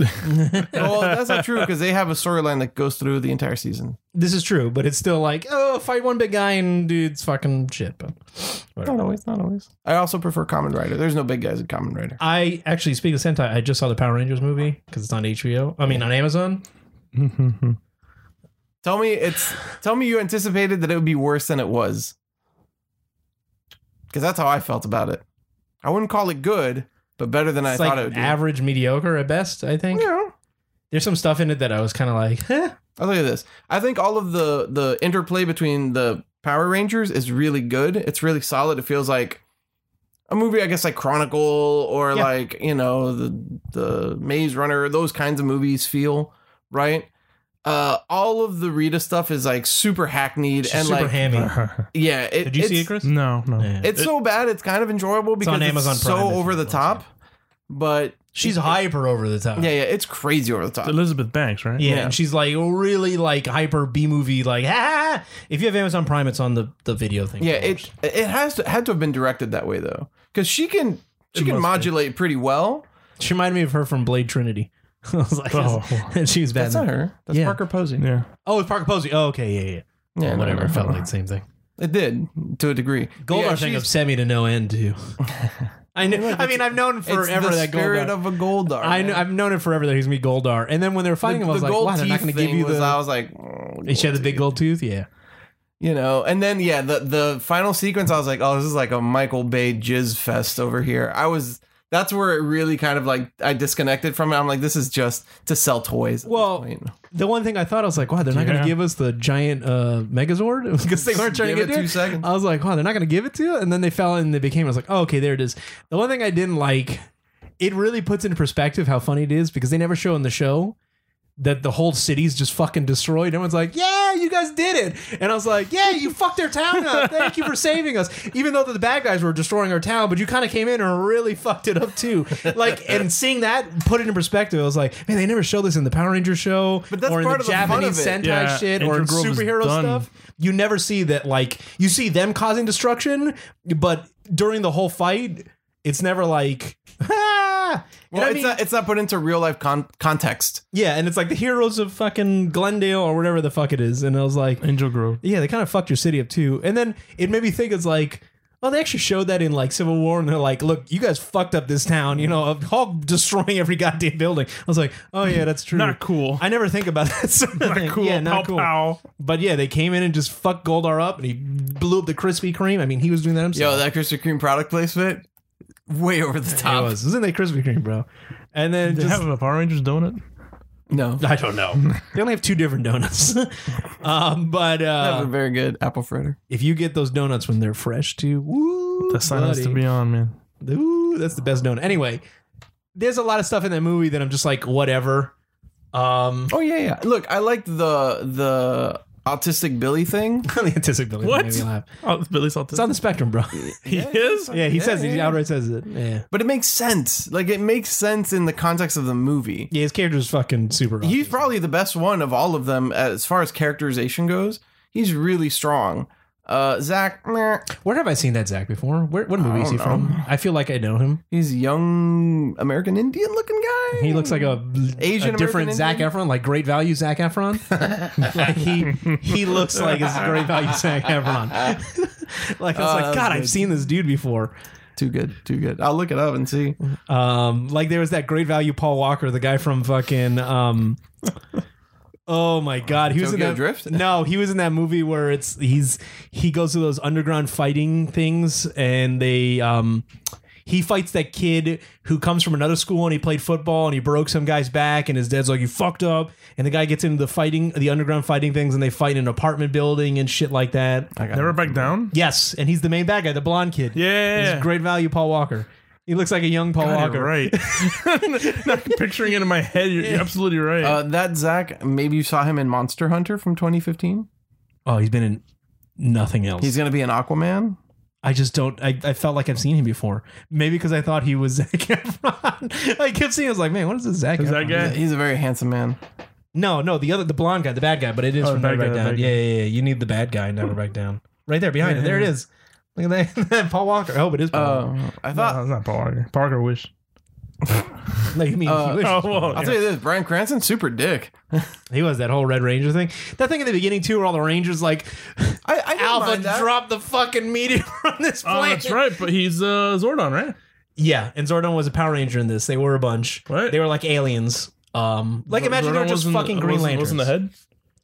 A: well, that's not true because they have a storyline that goes through the entire season.
C: This is true, but it's still like, oh, fight one big guy and dude's fucking shit. But
A: Not always, not always. I also prefer Common Rider. There's no big guys in Common Rider.
C: I actually speak of Sentai. I just saw the Power Rangers movie because it's on HBO. I mean, on Amazon.
B: Mm-hmm.
A: Tell me it's tell me you anticipated that it would be worse than it was. Cause that's how I felt about it. I wouldn't call it good, but better than
C: it's
A: I
C: like
A: thought it would be.
C: average, mediocre at best. I think
A: Yeah.
C: there's some stuff in it that I was kind of like, huh?
A: I'll tell you this. I think all of the the interplay between the Power Rangers is really good. It's really solid. It feels like a movie, I guess, like Chronicle or
C: Yeah.
A: like you know the the Maze Runner. Those kinds of movies feel right. Uh, all of the Rita stuff is like super hackneyed
C: It's
A: and
C: super
A: like
C: hammy.
A: yeah. It,
C: Did you see
A: it's-
C: it, Chris?
B: no, no.
C: Yeah. Uh,
A: It's so bad. It's kind of enjoyable because
C: on
A: it's,
C: Amazon Prime
A: so
C: if you
A: over the
C: want to.
A: top. But
C: she's hyper over the top.
A: yeah, yeah, it's crazy over the top.
B: It's Elizabeth Banks, right?
C: Yeah,
A: Yeah.
C: and she's like really like hyper B movie like ah. If you have Amazon Prime, it's on the the video thing.
A: Yeah, it it has to, had to have been directed that way though, because she can she
B: It must
A: can
B: be.
A: modulate pretty well.
C: She reminded me of her from Blade Trinity. I was like,
B: Oh.
C: and she was bad.
A: That's not her. That's
C: Yeah.
A: Parker Posey.
B: Yeah.
C: Oh, it's Parker Posey. Oh, okay, yeah, yeah.
A: Yeah, no,
C: Whatever.
A: no,
C: It felt
A: no.
C: like the same thing.
A: it did to a degree.
C: Goldar
A: Yeah,
C: thing
A: she's-
C: upset me to no end too. I know. I mean, I've known
A: it's
C: forever
A: the
C: that
A: spirit
C: Goldar.
A: of a Goldar.
C: I know,
A: man.
C: I've known it forever that he's gonna be Goldar. And then when they were fighting him, I was like, "Why they're not
A: teeth
C: gonna give
A: thing
C: you
A: was-
C: the?"
A: I was like, mm,
C: and she had the
A: gold
C: big
A: teeth.
C: gold tooth. Yeah.
A: you know. And then yeah, the the final sequence, I was like, oh, this is like a Michael Bay jizz fest over here. I was. That's where it really kind of like I disconnected from it. I'm like, this is just to sell toys. at this
C: Well,
A: point.
C: The one thing I thought I was like, "Wow, they're not
B: Yeah.
C: gonna give us the giant uh, Megazord because they weren't trying
A: Give
C: to
A: it
C: get to
A: two seconds.
C: I was like, "Wow, they're not gonna give it to you." And then they fell and they became. I was like, "Oh, okay, there it is." The one thing I didn't like, it really puts into perspective how funny it is because they never show in the show that the whole city's just fucking destroyed. Everyone's like, "Yeah, you guys did it," and I was like, "Yeah, you fucked their town up. Thank you for saving us." Even though the bad guys were destroying our town, but you kind of came in and really fucked it up too. Like, and seeing that put it in perspective, I was like, "Man, they never show this in the Power Ranger show,
A: But that's
C: or in
A: part
C: the
A: of the fun
C: Japanese
A: of it.
C: Sentai
B: Yeah,
C: shit, or
B: Andrew
C: in
B: Grove is
C: superhero
B: done.
C: stuff." you never see that like you see them causing destruction but during the whole fight It's never like, ah! And
A: Well,
C: I
A: it's
C: mean-
A: not it's not put into real life con- context.
C: yeah, and it's like the heroes of fucking Glendale or whatever the fuck it is. And I was like,
B: Angel Grove.
C: yeah, they kind of fucked your city up too. And then it made me think it's like, well, they actually showed that in like Civil War, and they're like, look, you guys fucked up this town, you know, of Hulk destroying every goddamn building. I was like, oh yeah, that's true.
B: Not cool.
C: I never think about that sort of thing.
B: not cool.
C: Yeah, not
B: pow,
C: cool.
B: pow.
C: But yeah, they came in and just fucked Goldar up, and he blew up the Krispy Kreme. I mean, he was doing that himself.
A: Yo, that Krispy Kreme product placement, way over the
C: it
A: top.
C: was. Isn't that Krispy Kreme, bro? And then
B: They
C: just,
B: have a Power Rangers donut.
A: No,
C: I don't know. they only have two different donuts. um, but
A: that
C: uh,
A: was very good apple fritter.
C: if you get those donuts when they're fresh too, woo,
B: The silence
C: buddy.
B: to be on, man.
C: Ooh, that's the best donut. Anyway, there's a lot of stuff in that movie that I'm just like, whatever. Um,
A: Oh yeah, yeah. Look, I liked the the autistic Billy thing.
C: the anticipated
B: What?
C: made me laugh.
B: Oh, it's Billy's autistic.
C: It's on the spectrum, bro.
B: he is.
C: yeah, he says it. He
A: yeah.
C: outright says it. Yeah.
A: But it makes sense. Like it makes sense in the context of the movie.
C: Yeah, his character is fucking super.
A: He's probably the best one of all of them as far as characterization goes. He's really strong. Uh, Zach, meh,
C: Where have I seen that Zach before? Where, what movie is he
A: don't
C: from? I feel like I know him.
A: he's a young American Indian looking guy.
C: He looks like a,
A: Asian
C: a different
A: American
C: Zach
A: Indian?
C: Efron, like Great Value Zach Efron. like he he looks like it's Great Value Zach Efron. like
A: Oh, that was
C: I was like, God,
A: good.
C: I've seen this dude before.
A: too good, too good. I'll look it up and see.
C: Um, like there was that Great Value Paul Walker, the guy from fucking. Um, Oh my God! He was
A: Tokyo
C: in that
A: Drift?
C: No, he was in that movie where it's he's he goes to those underground fighting things, and they um he fights that kid who comes from another school and he played football and he broke some guy's back and his dad's like you fucked up, and the guy gets into the fighting the underground fighting things and they fight in an apartment building and shit like that.
B: Never back down.
C: Yes, and he's the main bad guy, the blonde kid.
B: Yeah.
C: he's Great Value Paul Walker. He looks like a young Paul
B: God,
C: Walker.
B: you're right. Not picturing it in my head. You're, you're absolutely right.
A: Uh, that Zach, maybe you saw him in Monster Hunter from 2015.
C: Oh, he's been in nothing else.
A: He's gonna be an Aquaman.
C: I just don't. I, I felt like I've seen him before. Maybe because I thought he was Zac Efron. I kept seeing. I was like, man, what is this Zac?
B: Is that
C: Efron?
B: guy?
A: He's a very handsome man.
C: No, no, the other, the blonde guy, the bad guy. But it is
B: Oh,
C: from
B: the
C: Never
B: bad
C: Back
B: guy, the
C: Down.
B: bad
C: Yeah,
B: guy.
C: yeah, yeah. You need the bad guy, in Never Back Down. Right there, behind it. There it is. Look at that, Paul Walker. I hope it is. Paul Walker.
A: Uh, I thought
B: No, it's not Paul Walker. Paul Walker wish.
C: No, you mean
A: uh,
C: he, was,
B: Oh, well,
A: I'll
B: yeah.
A: tell you this: Brian Cranston, super dick.
C: he was that whole Red Ranger thing. That thing in the beginning too, where all the Rangers like
A: I, I didn't
C: Alpha
A: mind that.
C: drop the fucking meteor on this
B: Oh,
C: planet.
B: that's right. But he's uh, Zordon, right?
C: Yeah, and Zordon was a Power Ranger in this. They were a bunch.
B: What?
C: They were like aliens. Um, like imagine they
B: Zordon
C: were just
B: wasn't-
C: fucking Green
B: wasn't-
C: Lanterns.
B: Wasn't the head?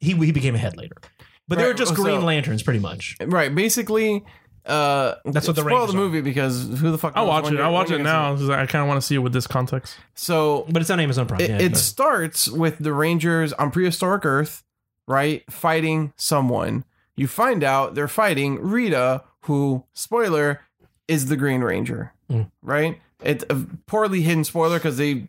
C: He he became a head later, but they
A: Right,
C: were just
A: so-
C: Green Lanterns pretty much.
A: Right, basically. Uh,
C: That's what the
A: spoil
C: Rangers
A: the
C: are.
A: movie because who the fuck?
B: I'll
A: knows
B: watch
A: when
B: it.
A: you're-
B: I'll watch
A: when you're
B: it
A: gonna see
B: now because I kind of want to see it with this context.
A: So
C: But it's on Amazon Prime.
A: it,
C: yeah,
A: it starts with the Rangers on prehistoric Earth, right, fighting someone. You find out they're fighting Rita, who, spoiler, is the Green Ranger,
C: Mm.
A: right? It's a poorly hidden spoiler because they,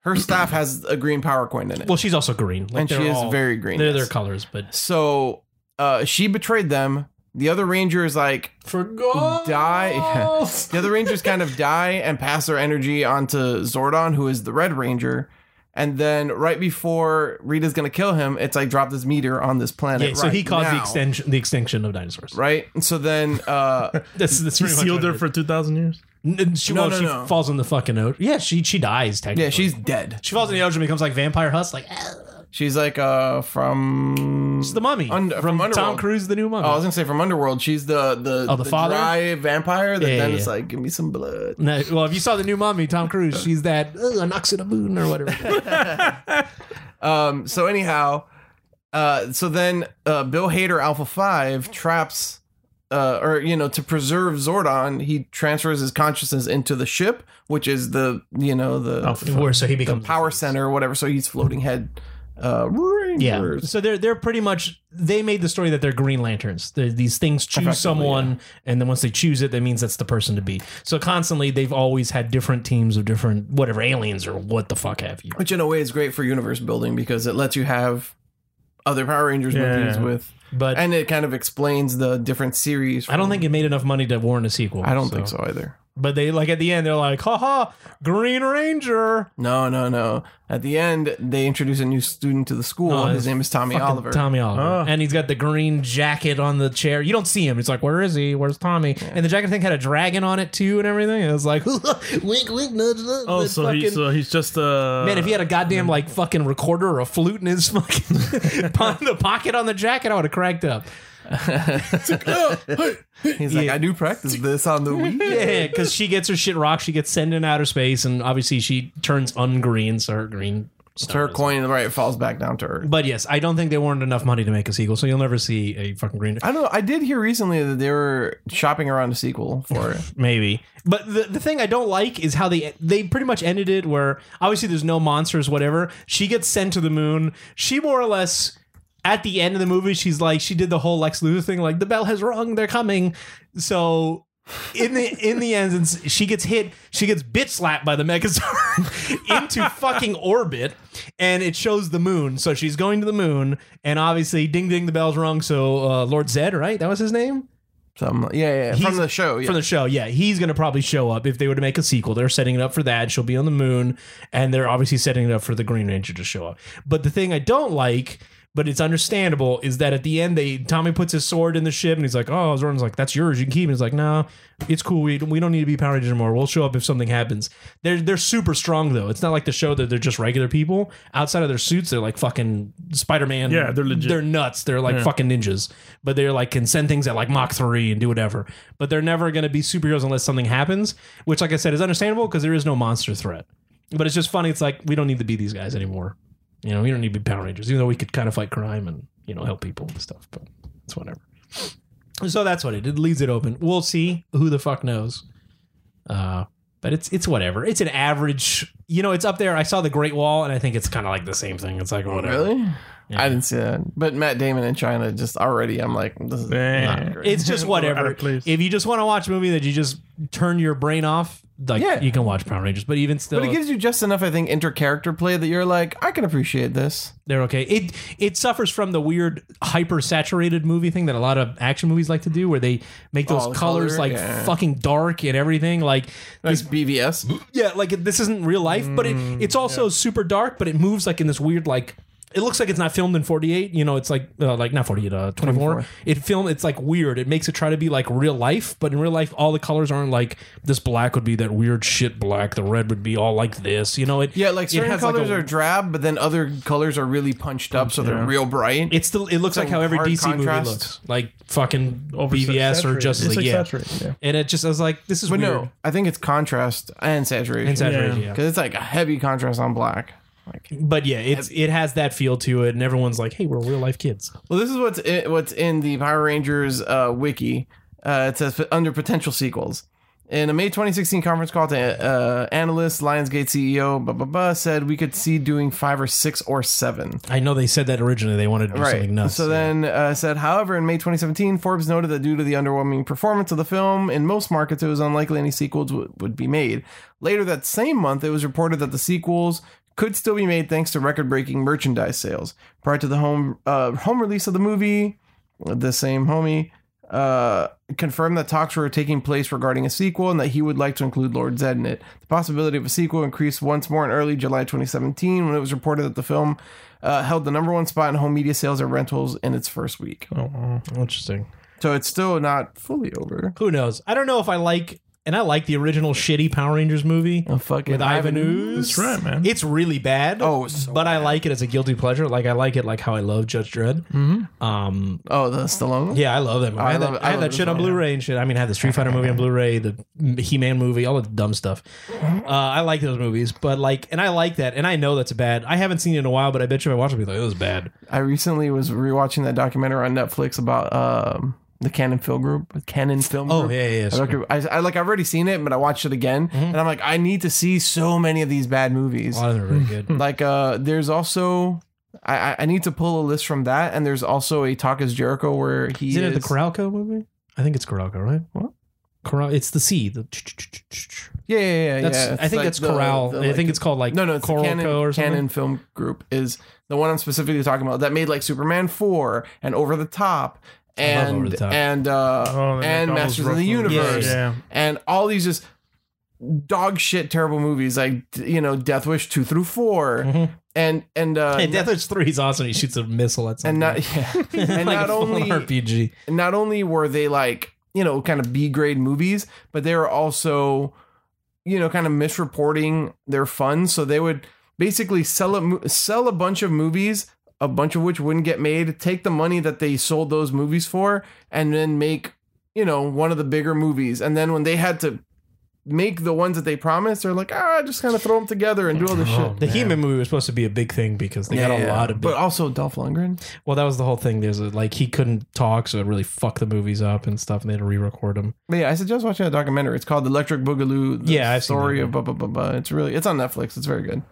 A: her staff has a green power coin in it,
C: but- well, she's also green, like,
A: and she
C: they're
A: is
C: all-
A: very green.
C: They're
A: yes.
C: their colors, but
A: so uh, she betrayed them. The other Ranger is like,
C: for gold,
A: Die. the other Rangers kind of die and pass their energy onto Zordon, who is the Red Ranger. And then right before Rita's gonna kill him, it's like drop this meteor on this planet.
C: yeah, so he
A: right
C: caused the
A: now,
C: extension, the extinction of dinosaurs.
A: Right. And so then, uh,
C: That's that's
B: He
C: pretty much
B: sealed
C: what
B: her
C: it
B: for two thousand years.
C: is. N- She,
A: No,
C: well,
A: no,
C: she
A: no.
C: falls in the fucking ocean. Yeah, she she dies technically.
A: yeah, she's dead.
C: she falls in the ocean, becomes like vampire husk, like "Ah."
A: She's like uh from.
C: she's the mummy
A: Under- from
C: from, Tom
A: Underworld.
C: Cruise, the new mummy.
A: Oh, I was gonna say from Underworld. She's the the,
C: Oh, the father?
A: dry vampire that
C: Yeah,
A: then
C: yeah,
A: is
C: yeah.
A: like, give me some blood.
C: No, well, if you saw the new mommy, Tom Cruise, she's that "Ugh, an ox in a moon or whatever.
A: Um, so anyhow, uh, so then uh, Bill Hader Alpha Five traps, uh, or you know, to preserve Zordon, he transfers his consciousness into the ship, which is the you know the
B: Alpha
C: Where so he becomes
A: power center or whatever. So he's floating head. Uh,
C: Yeah.
A: Rangers.
C: So they're they're pretty much they made the story that they're Green Lanterns. They're, these things choose someone, and then once they choose it, that means that's the person to be. So constantly, they've always had different teams of different whatever aliens or what the fuck have you.
A: which in a way is great for universe building because it lets you have other Power Rangers
B: Yeah.
A: movies with,
C: But
A: and it kind of explains the different series.
C: I don't
A: from-
C: think it made enough money to warrant a sequel.
A: I don't think so either.
C: But they like at the end they're like, haha, Green Ranger.
A: No, no, no. At the end, they introduce a new student to the school.
C: No,
A: His name is Tommy
C: Fucking
A: Oliver.
C: Tommy
B: Oh.
C: Oliver. And he's got the green jacket on the chair. You don't see him. It's like, where is he? Where's Tommy? And the jacket thing had a dragon on it too and everything. It was like, wink, wink, nudge, nudge.
B: Oh,
C: It's
B: so, he,
C: fucking-
B: so he's just uh
C: Man, if he had a goddamn like fucking recorder or a flute in his fucking po- the pocket on the jacket, I would have cracked up.
A: He's like,
C: Yeah.
A: I do practice this on the weekend.
C: Yeah, because she gets her shit rocked. She gets sent in outer space, and obviously she turns ungreen, so her green.
A: It's her coin, right? It falls back down to Earth.
C: But yes, I don't think they wanted enough money to make a sequel, so you'll never see a fucking green.
A: I don't know. I did hear recently that they were shopping around a sequel for it.
C: maybe. But the, the thing I don't like is how they they pretty much ended it where obviously there's no monsters, whatever. She gets sent to the moon. She more or less at the end of the movie, she's like she did the whole Lex Luthor thing, like the bell has rung, they're coming. So in the in the end, it's- she gets hit, she gets bitch slapped by the Megazord into fucking orbit, and it shows the moon. So she's going to the moon, and obviously, ding ding, the bell's rung. So uh, Lord Zed, right? That was his name
A: So I'm like, yeah, yeah, yeah.
C: He's-
A: from the show. Yeah.
C: from the show. Yeah, he's going to probably show up if they were to make a sequel. They're setting it up for that. She'll be on the moon, and they're obviously setting it up for the Green Ranger to show up. But the thing I don't like, but it's understandable, is that at the end they Tommy puts his sword in the ship, and he's like, "Oh," Zorn's like, "That's yours. You can keep." it." He's like, "No, it's cool. We, we don't need to be Power Rangers anymore. We'll show up if something happens." They're they're super strong though. It's not like the show that they're just regular people. Outside of their suits, they're like fucking Spider Man.
B: Yeah, they're legit.
C: They're nuts. They're like fucking ninjas, but they're like can send things at like Mach three and do whatever. But they're never going to be superheroes unless something happens, which, like I said, is understandable because there is no monster threat. But it's just funny. It's like we don't need to be these guys anymore. You know, we don't need to be Power Rangers, even though we could kind of fight crime and you know help people and stuff. But it's whatever. So that's what it did. Leaves it open. We'll see. Who the fuck knows? Uh, but it's it's whatever. It's an average. You know, it's up there. I saw the Great Wall, and I think it's kind of like the same thing. It's like whatever.
A: Oh, Really?
C: Yeah.
A: I didn't see that. But Matt Damon in China just already, I'm like, this is
B: Nah.
A: not great.
C: It's just
B: Out
C: whatever.
B: of place.
C: If you just want to watch a movie that you just turn your brain off, like
A: Yeah.
C: you can watch Power Rangers. But even still,
A: but it gives you just enough, I think, inter character play that you're like, I can appreciate this.
C: they're okay. It it suffers from the weird hyper saturated movie thing that a lot of action movies like to do, where they make those
A: All the
C: colors
A: color,
C: like
A: yeah.
C: fucking dark and everything. Like
A: Like BVS.
C: yeah, like this isn't real life, but it,
A: Mm,
C: it's also super dark, but it moves like in this weird like it looks like it's not filmed in 48, you know, it's like uh, like not 48, uh 24.
A: 24.
C: It film it's like weird. It makes it try to be like real life, but in real life all the colors aren't like this black would be that weird shit black, the red would be all like this, you know, it
A: Yeah, like
C: it
A: certain
C: has, like,
A: colors
C: a-
A: are drab, but then other colors are really punched up, so they're real bright.
C: it's the it looks
A: It's
C: like
A: a
C: how every
A: hard
C: DC movie
A: contrast.
C: looks. Like fucking
B: Over-
C: BVS or
B: saturated.
C: Justice
B: It's like
C: League, yeah.
B: saturated, yeah.
C: And it just I was like this is
A: but
C: weird.
A: no, I think it's contrast and saturation.
C: And saturated,
B: Yeah.
C: yeah.
A: Because it's like a heavy contrast on black. Like,
C: But yeah, it's it has that feel to it and everyone's like, "Hey, we're real life kids."
A: well, this is what's in, what's in the Power Rangers uh, wiki. Uh, it says under potential sequels. In a May 2016 conference call to uh, analysts, Lionsgate CEO blah blah blah said we could see doing five or six or seven.
C: I know they said that originally they wanted to do
A: Right.
C: something nuts.
A: so then uh, said, however, in May 2017, Forbes noted that due to the underwhelming performance of the film in most markets, it was unlikely any sequels w- would be made. Later that same month, it was reported that the sequels could still be made thanks to record-breaking merchandise sales. Prior to the home uh, home release of the movie, the same homie uh, confirmed that talks were taking place regarding a sequel and that he would like to include Lord Zed in it. The possibility of a sequel increased once more in early July 2017 when it was reported that the film uh, held the number one spot in home media sales and rentals in its first week.
B: Oh, wow.
C: interesting.
A: So it's still not fully over.
C: Who knows? I don't know if I like, and I like the original shitty Power Rangers movie
A: A fucking
C: with Ivan Ooze.
B: That's right, man.
C: It's really bad.
A: Oh, so
C: but I like it as a guilty pleasure. Like I like it like how I love Judge Dredd.
B: Mm-hmm.
C: Um,
A: Oh, the Stallone. one?
C: yeah, I love that movie. I,
A: I
C: had
A: love
C: that,
A: it.
C: I
A: I love
C: had that
A: it
C: shit
A: as
C: on
A: well,
C: Blu-ray and shit. I mean, I had the Street Fighter movie on Blu-ray, the He-Man movie, all the dumb stuff. Uh, I like those movies, but like, and I like that, and I know that's bad. I haven't seen it in a while, but I bet you if I watch it, I'll be like, it was bad.
A: I recently was rewatching that documentary on Netflix about um, the Canon Film Group. Canon Film
C: Oh
A: Group.
C: yeah, yeah. yeah
A: I,
C: sure.
A: rec- I, I like I've already seen it, but I watched it again,
C: Mm-hmm.
A: and I'm like, I need to see so many of these bad
C: A
A: movies.
C: lot of them are really good.
A: Like, uh, there's also I, I- I need to pull a list from that, and there's also a Talk is Jericho where he
C: Is
A: is,
C: it the Coralco movie? I think it's Coralco, right?
A: What?
C: Corral. It's the sea. The
A: Yeah, yeah, yeah.
C: that's,
A: yeah.
C: I
A: It's
C: think
A: like
C: that's
A: the-
C: Corral.
A: the,
C: I
A: like,
C: think it's called like
A: no, no, it's the
C: Coralco
A: Canon,
C: or something.
A: Canon Film Group is the one I'm specifically talking about that made like Superman four and Over the Top
C: I love Over
A: and
C: the Top.
A: and uh,
B: Oh, they make
A: and
B: all those
A: Masters of the
B: rough movies.
A: Universe
B: Yeah.
A: and all these just dog shit terrible movies like you know Death Wish two through 4
C: Mhm.
A: and and uh,
C: Hey, Death Wish Three is awesome. He shoots a missile at
A: and
C: something.
A: not yeah and
C: Like
A: not
C: a full
A: only
C: RPG.
A: not only were they like you know kind of B grade movies, but they were also you know kind of misreporting their funds, so they would basically sell a mo- sell a bunch of movies, a bunch of which wouldn't get made, take the money that they sold those movies for, and then make you know one of the bigger movies, and then when they had to. Make the ones that they promised. They're like, ah, just kind of throw them together and do all this shit.
C: The He-Man movie was supposed to be a big thing because Oh, they got a lot of. Big,
A: but also Dolph Lundgren.
C: well, that was the whole thing. There's a, like he couldn't talk, so it really fucked the movies up and stuff, and they had to re-record them.
A: But yeah, I suggest watching a documentary. It's called Electric Boogaloo. The
C: Yeah, I've seen
A: story
C: that
A: of blah blah blah blah. It's really it's on Netflix. It's very good.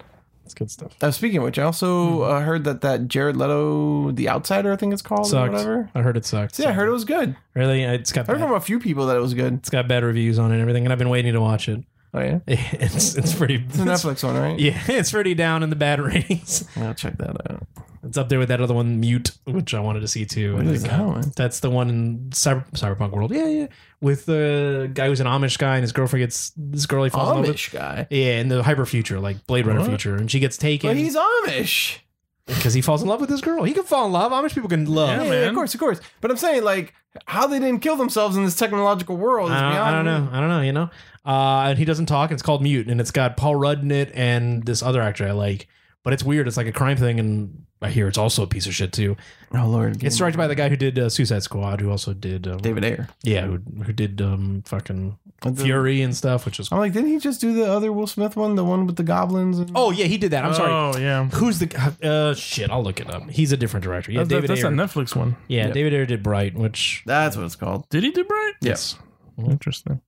C: It's good stuff.
A: Uh, speaking of which, I also uh,
C: Mm-hmm.
A: heard that that Jared Leto, The Outsider, I think it's called or
C: Sucked.
A: whatever.
C: I heard it sucked.
A: So yeah, I heard it was good.
C: Really, it's got
A: I heard
C: bad,
A: from a few people that it was good.
C: it's got bad reviews on it and everything, and I've been waiting to watch it.
A: Oh yeah,
C: It's it's pretty.
A: it's a Netflix one, right?
C: yeah, it's pretty down in the bad ratings.
A: I'll check that out.
C: It's up there with that other one, Mute, which I wanted to see too.
A: What
C: And
A: is
C: it
A: that
C: got-
A: one?
C: That's the one in cyber, Cyberpunk World. Yeah, yeah. With the guy who's an Amish guy and his girlfriend gets this girl he falls in love with.
A: Amish guy.
C: Yeah, in the hyper future, like Blade Runner
B: What?
C: future, and she gets
A: But
C: taken
A: he's Amish.
C: because he falls in love with this girl. He can fall in love. Amish people can love.
A: Yeah,
B: Yeah,
A: yeah, of
B: man.
A: course, of course. But I'm saying like how they didn't kill themselves in this technological world is
C: I, don't, I
A: beyond.
C: don't know. I don't know. You know, uh, and he doesn't talk. And it's called Mute, and it's got Paul Rudd in it and this other actor I like. But it's weird. It's like a crime thing, and I hear it's also a piece of shit too.
A: Oh lord,
C: It's directed by the guy who did uh, Suicide Squad, who also did um,
A: David Ayer.
C: yeah, who, who did um, fucking
A: That's a-
C: Fury and stuff, which was
A: I'm like, didn't he just do the other Will Smith one, the one with the goblins? And-
C: oh yeah, he did that. I'm sorry.
B: Oh yeah.
C: Who's the uh, shit? I'll look it up. He's a different director. Yeah,
B: That's-
C: David
B: that's a
C: Ayer.
B: Netflix one.
C: yeah,
A: Yep.
C: David Ayer did Bright, which
A: that's what it's called.
B: Did he do Bright?
A: Yes.
C: Mm-hmm.
B: Interesting.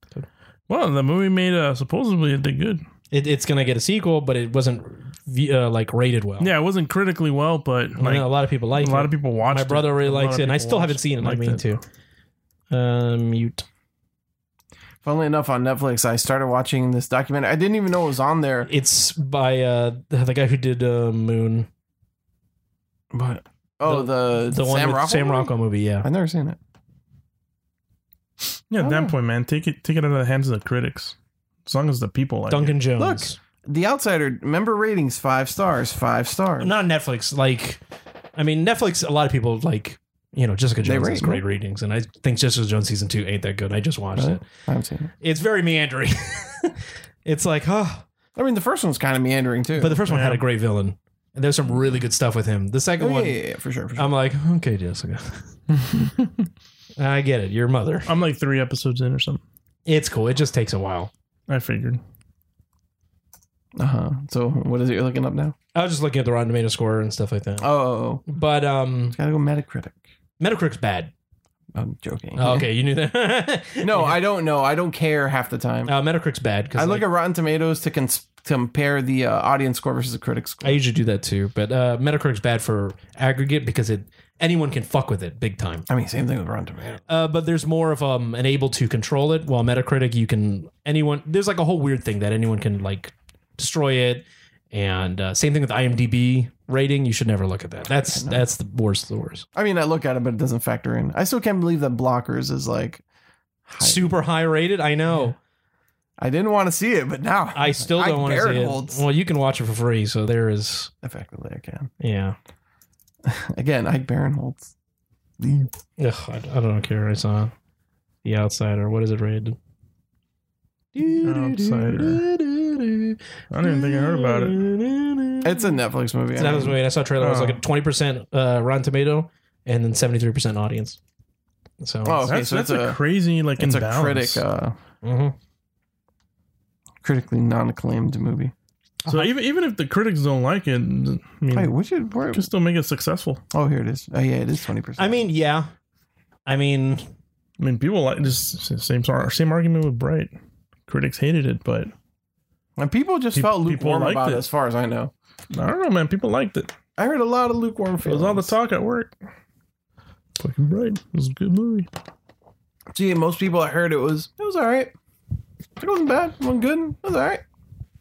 B: Well, the movie made uh, supposedly it did good.
C: it, it's gonna get a sequel, but it wasn't v- uh, like rated well.
B: Yeah, it wasn't critically well, but
C: I
B: like
C: know a lot of people like
B: a lot
C: it.
B: of people watched.
C: My brother really
B: A lot
C: likes
B: of
C: it, and I
B: people
C: still haven't
B: watched
C: seen it. I
B: liked
C: mean, too. Uh, mute.
A: Funnily enough, on Netflix, I started watching this documentary. I didn't even know it was on there.
C: It's by uh, the guy who did uh, Moon,
A: But oh, the,
C: the one
A: Sam
C: with
A: Rockwell.
C: Sam
A: movie?
C: Rockwell movie. Yeah,
A: I've never seen it.
B: Yeah, at
A: Oh.
B: that point, man, take it take it out of the hands of the critics. As long as the people like
C: Duncan Jones.
A: Look, The Outsider member ratings five stars, five stars.
C: not on Netflix. Like, I mean, Netflix. A lot of people like, you know, Jessica
A: They
C: Jones
A: rate
C: has
A: them.
C: great ratings, and I think Jessica Jones season two ain't that good. I just watched
A: Really?
C: it.
A: I haven't seen it.
C: It's very meandering. it's like, huh.
A: I mean, the first one's kind of meandering too.
C: But the first one had
B: Yeah.
C: a great villain, and there's some really good stuff with him. The second
A: Oh, yeah,
C: one,
A: yeah, yeah, for sure. For sure.
C: I'm like, okay, Jessica,
B: it.
C: I get it. Your mother.
B: I'm like three episodes in or something.
C: It's cool. It just takes a while.
B: I figured.
C: Oh.
A: Uh huh. So what is it you're looking up now?
C: I was just looking at the Rotten Tomato score and stuff like that.
A: Oh, Oh, oh.
C: But um,
A: gotta go Metacritic.
C: Metacritic's bad.
A: I'm joking.
C: Oh, okay, you knew that.
A: No, I don't know. I don't care half the time.
C: uh, Metacritic's bad because
A: I look at Rotten Tomatoes to cons- compare the uh, audience score versus the critic score.
C: I usually do that too, but uh, Metacritic's bad for aggregate because it anyone can fuck with it big time.
A: I mean, same thing with Rotten Tomatoes.
C: Uh, but there's more of um, an able to control it, while Metacritic you can anyone. There's like a whole weird thing that anyone can like destroy it, and uh, same thing with IMDb rating. You should never look at that. That's that's the worst. of The worst.
A: I mean, I look at it, but it doesn't factor in. I still can't believe that Blockers is like. High.
C: Super high rated. I know.
A: I didn't want to see it, but now
C: I still don't want to
A: care
C: see it.
A: holds.
C: Well, you can watch it for free, so there is.
A: Effectively, I can.
C: Yeah.
A: Again, Ike Barinholtz. The-
C: Ugh, I, I don't care. I saw The Outsider. What is it rated?
B: Outsider. I don't even think I heard about it.
A: It's a Netflix movie.
C: It's
A: I
C: not as
A: mean,
C: weird. I saw a trailer. It was
B: Oh.
C: like a twenty percent uh, Rotten Tomato, and then seventy three percent audience. So
A: Oh, okay,
B: that's
A: so it's
B: that's a,
A: a-
B: crazy like
A: It's a
B: imbalance.
A: critic, uh,
C: mhm.
A: critically non-acclaimed movie. uh,
B: So even even if the critics don't like it, I mean,
A: Wait,
B: you
A: which is where?
B: can still make it successful.
A: oh, here it is. Oh, yeah, it is twenty percent.
C: I mean, yeah. I mean,
B: I mean, people like this same sor- same argument with Bright. Critics hated it, but
A: and people just
B: Pe-
A: felt
B: people
A: lukewarm
B: liked
A: about it.
B: it.
A: as far as I know.
B: I don't know, man. People liked it.
A: I heard a lot of lukewarm
B: It was
A: feelings.
B: all the talk at work. Fucking Bright. It was a good movie.
A: See, most people I heard it was it was all right. It wasn't bad. It wasn't good. It was all right.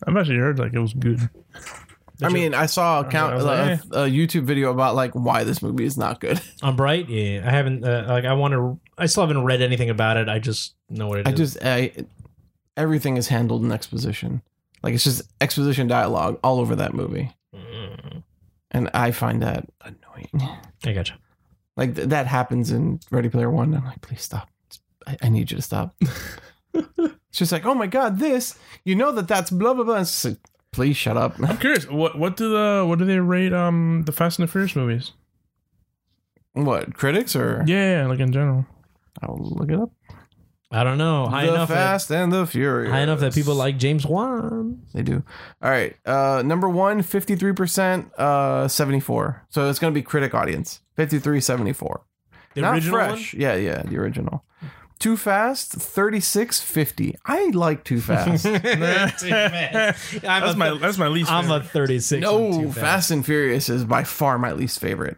B: I've actually heard like it was good.
A: I mean, I saw a
B: I
A: count
B: was
A: a-
B: like,
A: a, a YouTube video about like why this movie is not good.
C: on Bright, yeah. I haven't uh, like I want to. I still haven't read anything about it. I just know what it is.
A: I just I everything is handled in exposition. Like it's just exposition dialogue all over that movie, and I find that annoying.
C: Mm. I gotcha.
A: Like th- that happens in Ready Player One. I'm like, please stop. I, I need you to stop. it's just like, oh my god, this. You know that that's blah blah blah. It's just like, please shut up.
B: I'm curious. What what do the what do they rate um the Fast and the Furious movies?
A: what critics or
B: Yeah, like in general.
A: I will look it up.
C: I don't know. High
A: the
C: enough. That,
A: Fast and the Furious.
C: high enough that people like James Wan.
A: They do. All right. Uh, number one, 53%, uh, 74. So it's going to be critic audience. 53, 74.
C: The
A: Not
C: original
A: fresh. Yeah, yeah, the original. Too fast, 36, 50. I like too fast.
C: one. Too fast. I'm
B: That's
C: a-
B: my that's my least.
C: I'm a
B: favorite.
C: 36. I'm
A: no,
C: too
A: fast. and Furious is by far my least favorite.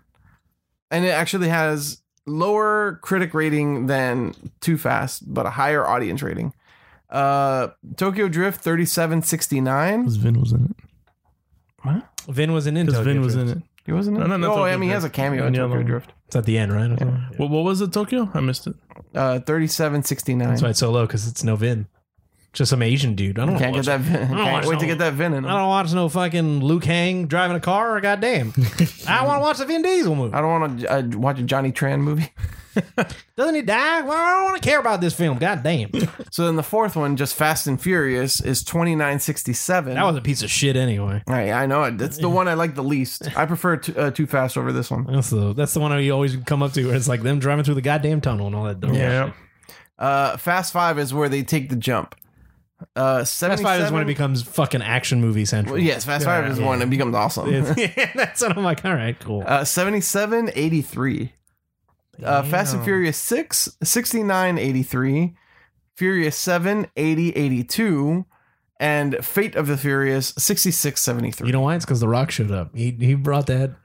A: And it actually has lower critic rating than Too Fast, but a higher audience rating. Uh, Tokyo Drift, 37, 69.
B: Vin was in it.
C: Vin was an
B: Because
C: Intel.
B: Vin was in it.
A: He wasn't in
B: No, no,
A: it?
B: not
A: oh, I
B: Tokyo
A: mean, he has a
B: Drift.
A: cameo in
B: Yeah,
A: Tokyo
B: no.
A: Drift.
C: It's at the end, right? Okay.
B: What, what was it? Tokyo? I missed it.
A: Uh, 3769.
C: That's why it's so low because it's no Vin. Just some Asian dude. I don't
A: Can't
C: watch
A: get that. Vin.
C: watch
A: Can't wait to
C: no-
A: get that Vin in.
C: I
A: I don't,
C: don't watch no fucking Luke Hang driving a car. Goddamn, I want to watch the Vin Diesel movie.
A: I don't want to uh, watch a Johnny Tran movie.
C: Doesn't he die? Well, I don't want to care about this film. Goddamn, that
A: So then the fourth one, just Fast and Furious, is twenty nine sixty seven.
C: was a piece of shit anyway.
A: I, I know it. That's the one I like the least. I prefer t- uh, Too Fast over this one.
C: That's the that's the one you always come up to where it's like them driving through the goddamn tunnel and all that. dumb shit.
A: Uh, Fast Five is where they take the jump. Uh,
C: Fast Five is when
A: 77
C: it becomes fucking action movie central.
A: Well, yes, Fast Five is when it becomes awesome.
C: It's- yeah, that's what I'm like. All right, cool.
A: Uh, seventy seven eighty three. Uh, Fast and
B: Damn.
A: Furious 6, 69, 83, Furious 7, 80, 82, and Fate of the Furious 66, 73.
C: you know why? It's because The Rock showed up. He he brought that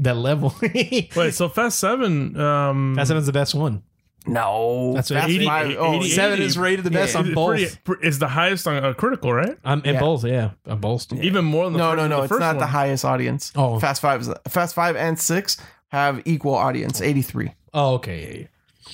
C: that level.
B: Wait, so Fast Seven. Um,
C: Fast Seven's the best one.
A: no.
C: That's what
A: Fast
C: 80
A: Five- oh,
B: 80
A: seven-
C: Seven is rated the best
A: Yeah.
C: on
B: it's
C: both.
B: pretty- pre- it's the highest on uh, critical, right?
C: I'm in
A: Yeah.
C: both. Yeah, I'm both.
B: Even more than the
A: no,
B: first,
A: no, no.
B: The
A: It's
B: first
A: not the
B: one.
A: highest audience.
C: Oh.
A: Fast Five is Fast Five and Six have equal audience, 83.
C: Oh, okay. yeah, yeah.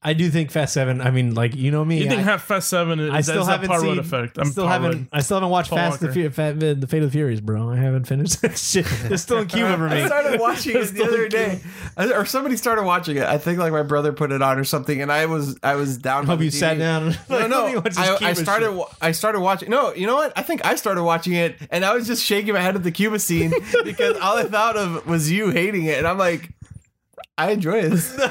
C: I do think Fast Seven. I mean, like you know me.
B: You think
C: I,
B: half Fast Seven is
C: I still
B: that's that
C: haven't
B: Paul Rudd
C: seen.
B: effect?
C: still
B: Paul
C: haven't.
B: Rudd.
C: I still haven't watched
B: Paul
C: Fast the,
B: Walker.
C: Fu- Fat, the Fate of the Furies, bro. I haven't finished that shit. It's still in Cuba for
A: I
C: me.
A: started watching it the other day, I- or somebody started watching it. I think like my brother put it on or something, and I was I was down. by
C: Hope
A: the
C: you sat
A: TV.
C: down.
A: No,
C: Like, let me
A: no.
C: watch this
A: I, I
C: Cuba
A: started.
C: shit.
A: wa- I started watching. No, you know what? I think I started watching it, and I was just shaking my head at the Cuba scene because all I thought of was you hating it, and I'm like, I enjoy this.
C: No,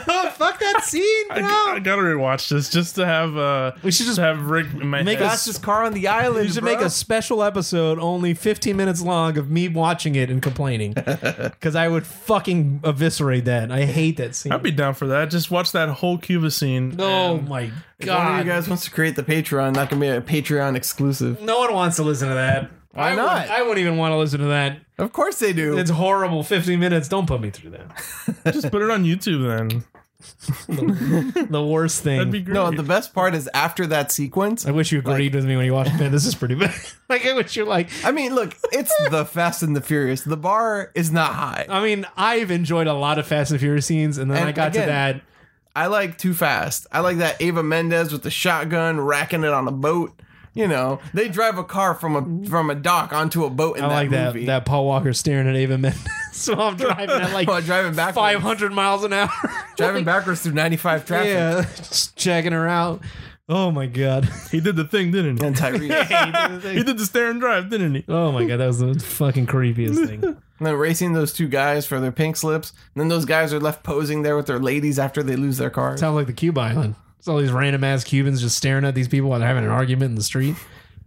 C: fuck that scene,
B: I,
C: bro.
B: I, gotta rewatch this just to have uh,
C: we should just.
B: to have Rick in my
C: Make
B: head.
C: us-
A: Fastest car on the island.
C: We should
A: bro.
C: make a special episode only 15 minutes long of me watching it and complaining. Because I would fucking eviscerate that. I hate that scene.
B: I'd be down for that. Just watch that whole Cuba scene.
C: oh
B: and-
C: my
A: If One of
C: god.
A: you guys wants to create the Patreon. That can be a Patreon exclusive.
C: No one wants to listen to that.
A: Why
C: I
A: not?
C: Wouldn't, I wouldn't even want to listen to that.
A: Of course they do.
C: It's horrible. 15 minutes. Don't put me through that.
B: just put it on YouTube then.
C: The worst
B: That'd
C: thing.
B: be great.
A: no, the best part is after that sequence.
C: I wish you agreed with me when you watched it. Man, this is pretty bad. like, I wish you're like.
A: I mean, look, it's the Fast and the Furious. The bar is not high.
C: I mean, I've enjoyed a lot of Fast and Furious scenes, and then
A: And
C: I got
A: again-
C: to that.
A: I like Too Fast. I like that Ava Mendez with the shotgun racking it on a boat. You know, they drive a car from a from a dock onto a boat in
C: I
A: that
C: like that
A: movie.
C: that Paul Walker staring at Ava Mendes while I'm driving at like
A: While driving backwards.
C: 500 miles an hour.
A: Driving backwards through 95 traffic.
C: yeah, just checking her out. Oh my god.
B: he did the thing, didn't he?
A: And Tyrese.
B: He did the stare and drive, didn't he?
C: oh my god, that was the fucking creepiest thing.
A: and then racing those two guys for their pink slips. And then those guys are left posing there with their ladies after they lose their cars.
C: Sounds like the Cube Island. It's all these random ass Cubans just staring at these people while they're having an argument in the street.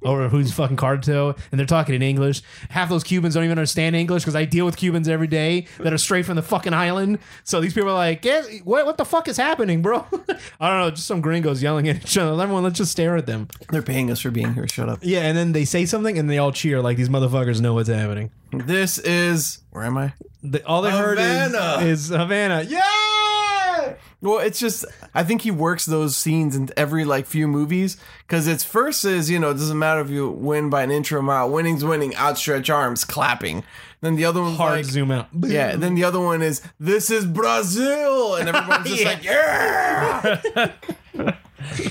C: Over who's fucking card toe, and they're talking in English. Half those Cubans don't even understand English because I deal with Cubans every day that are straight from the fucking island. So these people are like, yeah, what, what the fuck is happening, bro? I don't know, just some gringos yelling at each other. Everyone, let's just stare at them.
A: They're paying us for being here. Shut up.
C: Yeah, and then they say something and they all cheer like these motherfuckers know what's happening.
A: This is where am I?
C: The, all they heard
A: Havana.
C: is, is Havana. Yeah.
A: Yeah. Well, it's just I think he works those scenes in every like few movies because it's first is you know it doesn't matter if you win by an inch or a mile, winning's winning, outstretched arms, clapping. Then the other one's
C: Hard
A: like,
C: zoom out.
A: yeah. Then the other one is this is Brazil, and everyone's just
C: Yeah.
A: like yeah.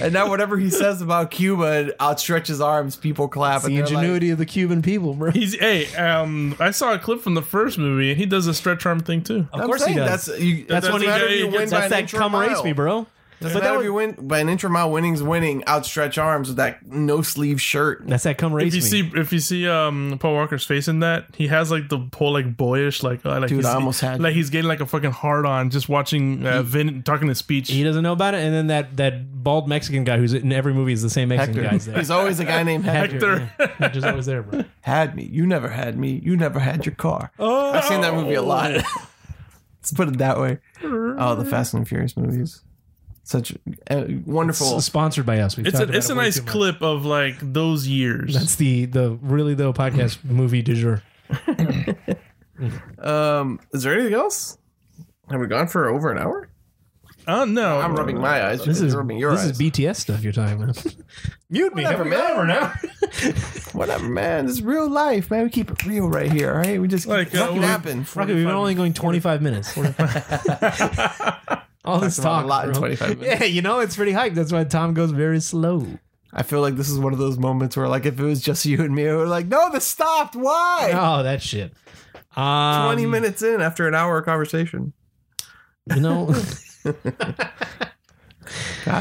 A: and now whatever he says about Cuba outstretch his arms, people clap.
D: It's
A: and
D: the
A: they're like-
D: ingenuity of the Cuban people, bro.
B: He's hey, um, I saw a clip from the first movie, and he does a stretch arm thing too.
C: Of
A: I'm
C: course he
A: saying
C: does.
A: That's, you,
B: That's
A: doesn't
B: when he
A: matter
B: got-
A: if
B: he
A: you
B: gets-
A: win by
C: That's
A: an
C: that
A: inch or a
C: come race
A: mile.
C: me, bro.
A: Doesn't
C: But that
A: matter
C: was-
A: if you win by an inch or mile. Winning's winning. Outstretched arms with that no sleeve shirt.
C: That's that come
B: If
C: race
B: you
C: me.
B: see, if you see, um, Paul Walker's face in that, he has like the whole like boyish, like, uh, like
A: Dude,
B: he's,
A: I almost had-
B: like he's getting like a fucking hard on just watching uh, Vin talking his speech.
C: he doesn't know about it, and then that that bald Mexican guy who's in every movie is the same Mexican
A: Hector.
C: guy's there.
A: There's always a guy named Hector.
B: Hector.
C: yeah. Hector's always there, bro.
A: Had me. You never had me. You never had your car. Oh. I've seen that movie a lot.
C: Oh.
A: Let's put it that way. Oh, the Fast and Furious movies. Such uh, wonderful.
C: It's sponsored by us. We've
B: It's
C: talked
B: a
C: about
B: it's a
C: it way
B: nice
C: too much.
B: clip of like those years.
C: That's the the really the podcast movie du jour.
A: Um, is there anything else? Have we gone for over an hour?
B: oh no,
A: I'm rubbing my eyes.
C: This is
A: You're rubbing your
C: this
A: eyes.
C: is BTS stuff you're talking about. Mute me.
A: Whatever, man. Whatever, man. This is real life, man. We keep it real right here. All right, we just keep
B: Like,
A: like,
B: uh,
A: it
B: we-
A: happen.
C: Rocket, we've been only going 25 minutes. All this
A: about
C: talk.
A: a lot in
C: bro.
A: 25 minutes.
C: Yeah, you know, it's pretty hype. That's why Tom goes very slow.
A: I feel like this is one of those moments where, like, if it was just you and me, we were like, no, this stopped. Why?
C: Oh, that shit. Um,
A: 20 minutes in after an hour of conversation.
C: You know,
A: God,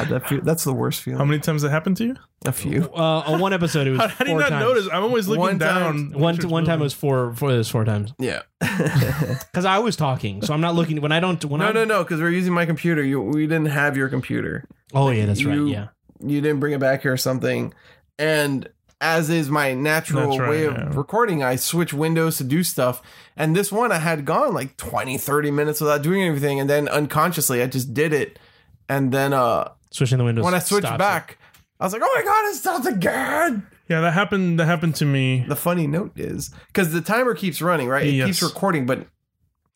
A: that fe- that's the worst
B: How
A: feeling.
B: many times that happened to you?
A: A few.
C: uh, on one episode, it was
B: How, how do you
C: four
B: not
C: times.
B: notice? I'm always looking
A: One
B: down.
A: time-
C: One,
B: Richard's
C: one time it
B: movie.
C: was four, four, it was four times.
A: Yeah.
C: Because I was talking, so I'm not looking. When I don't, when
A: No,
C: I'm,
A: no, no, because we're using my computer. You, we didn't have your computer.
C: Oh, yeah, that's
A: You-
C: right. Yeah.
A: you didn't bring it back here or something. And as is my natural
B: That's right,
A: way of
B: yeah.
A: recording, I switch windows to do stuff. And this one, I had gone like 20, 30 minutes without doing anything. And then unconsciously, I just did it. And then uh,
C: Switching the windows.
A: when I switched
C: stops it.
A: back, I was like, oh my God, it stopped again.
B: Yeah, that happened. That happened to me.
A: The funny note is because the timer keeps running, right? It
B: Yes.
A: keeps recording, but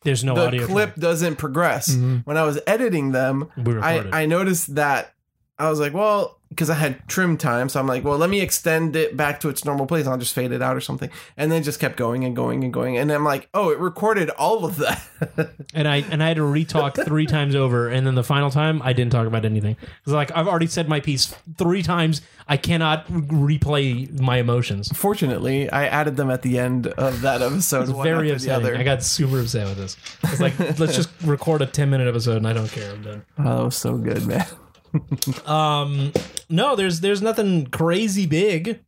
C: there's no
A: the
C: audio.
A: clip doesn't progress.
B: Mhm.
A: When I was editing them,
C: track. We recorded.
A: I, I noticed that I was like, well, because I had trim time, so I'm like, well, let me extend it back to its normal place. I'll just fade it out or something, and then it just kept going and going and going. And I'm like, oh, it recorded all of that.
C: and I and I had to re-talk three times over, and then the final time I didn't talk about anything. It's like I've already said my piece three times. I cannot re- replay my emotions.
A: Fortunately, I added them at the end of that episode.
C: It's
A: one
C: very
A: after the
C: upsetting. I
A: other.
C: got super upset with this. It's like let's just record a ten minute episode, and I don't care. I'm done.
A: oh, that was so good, man.
C: Um, no, there's there's nothing crazy big,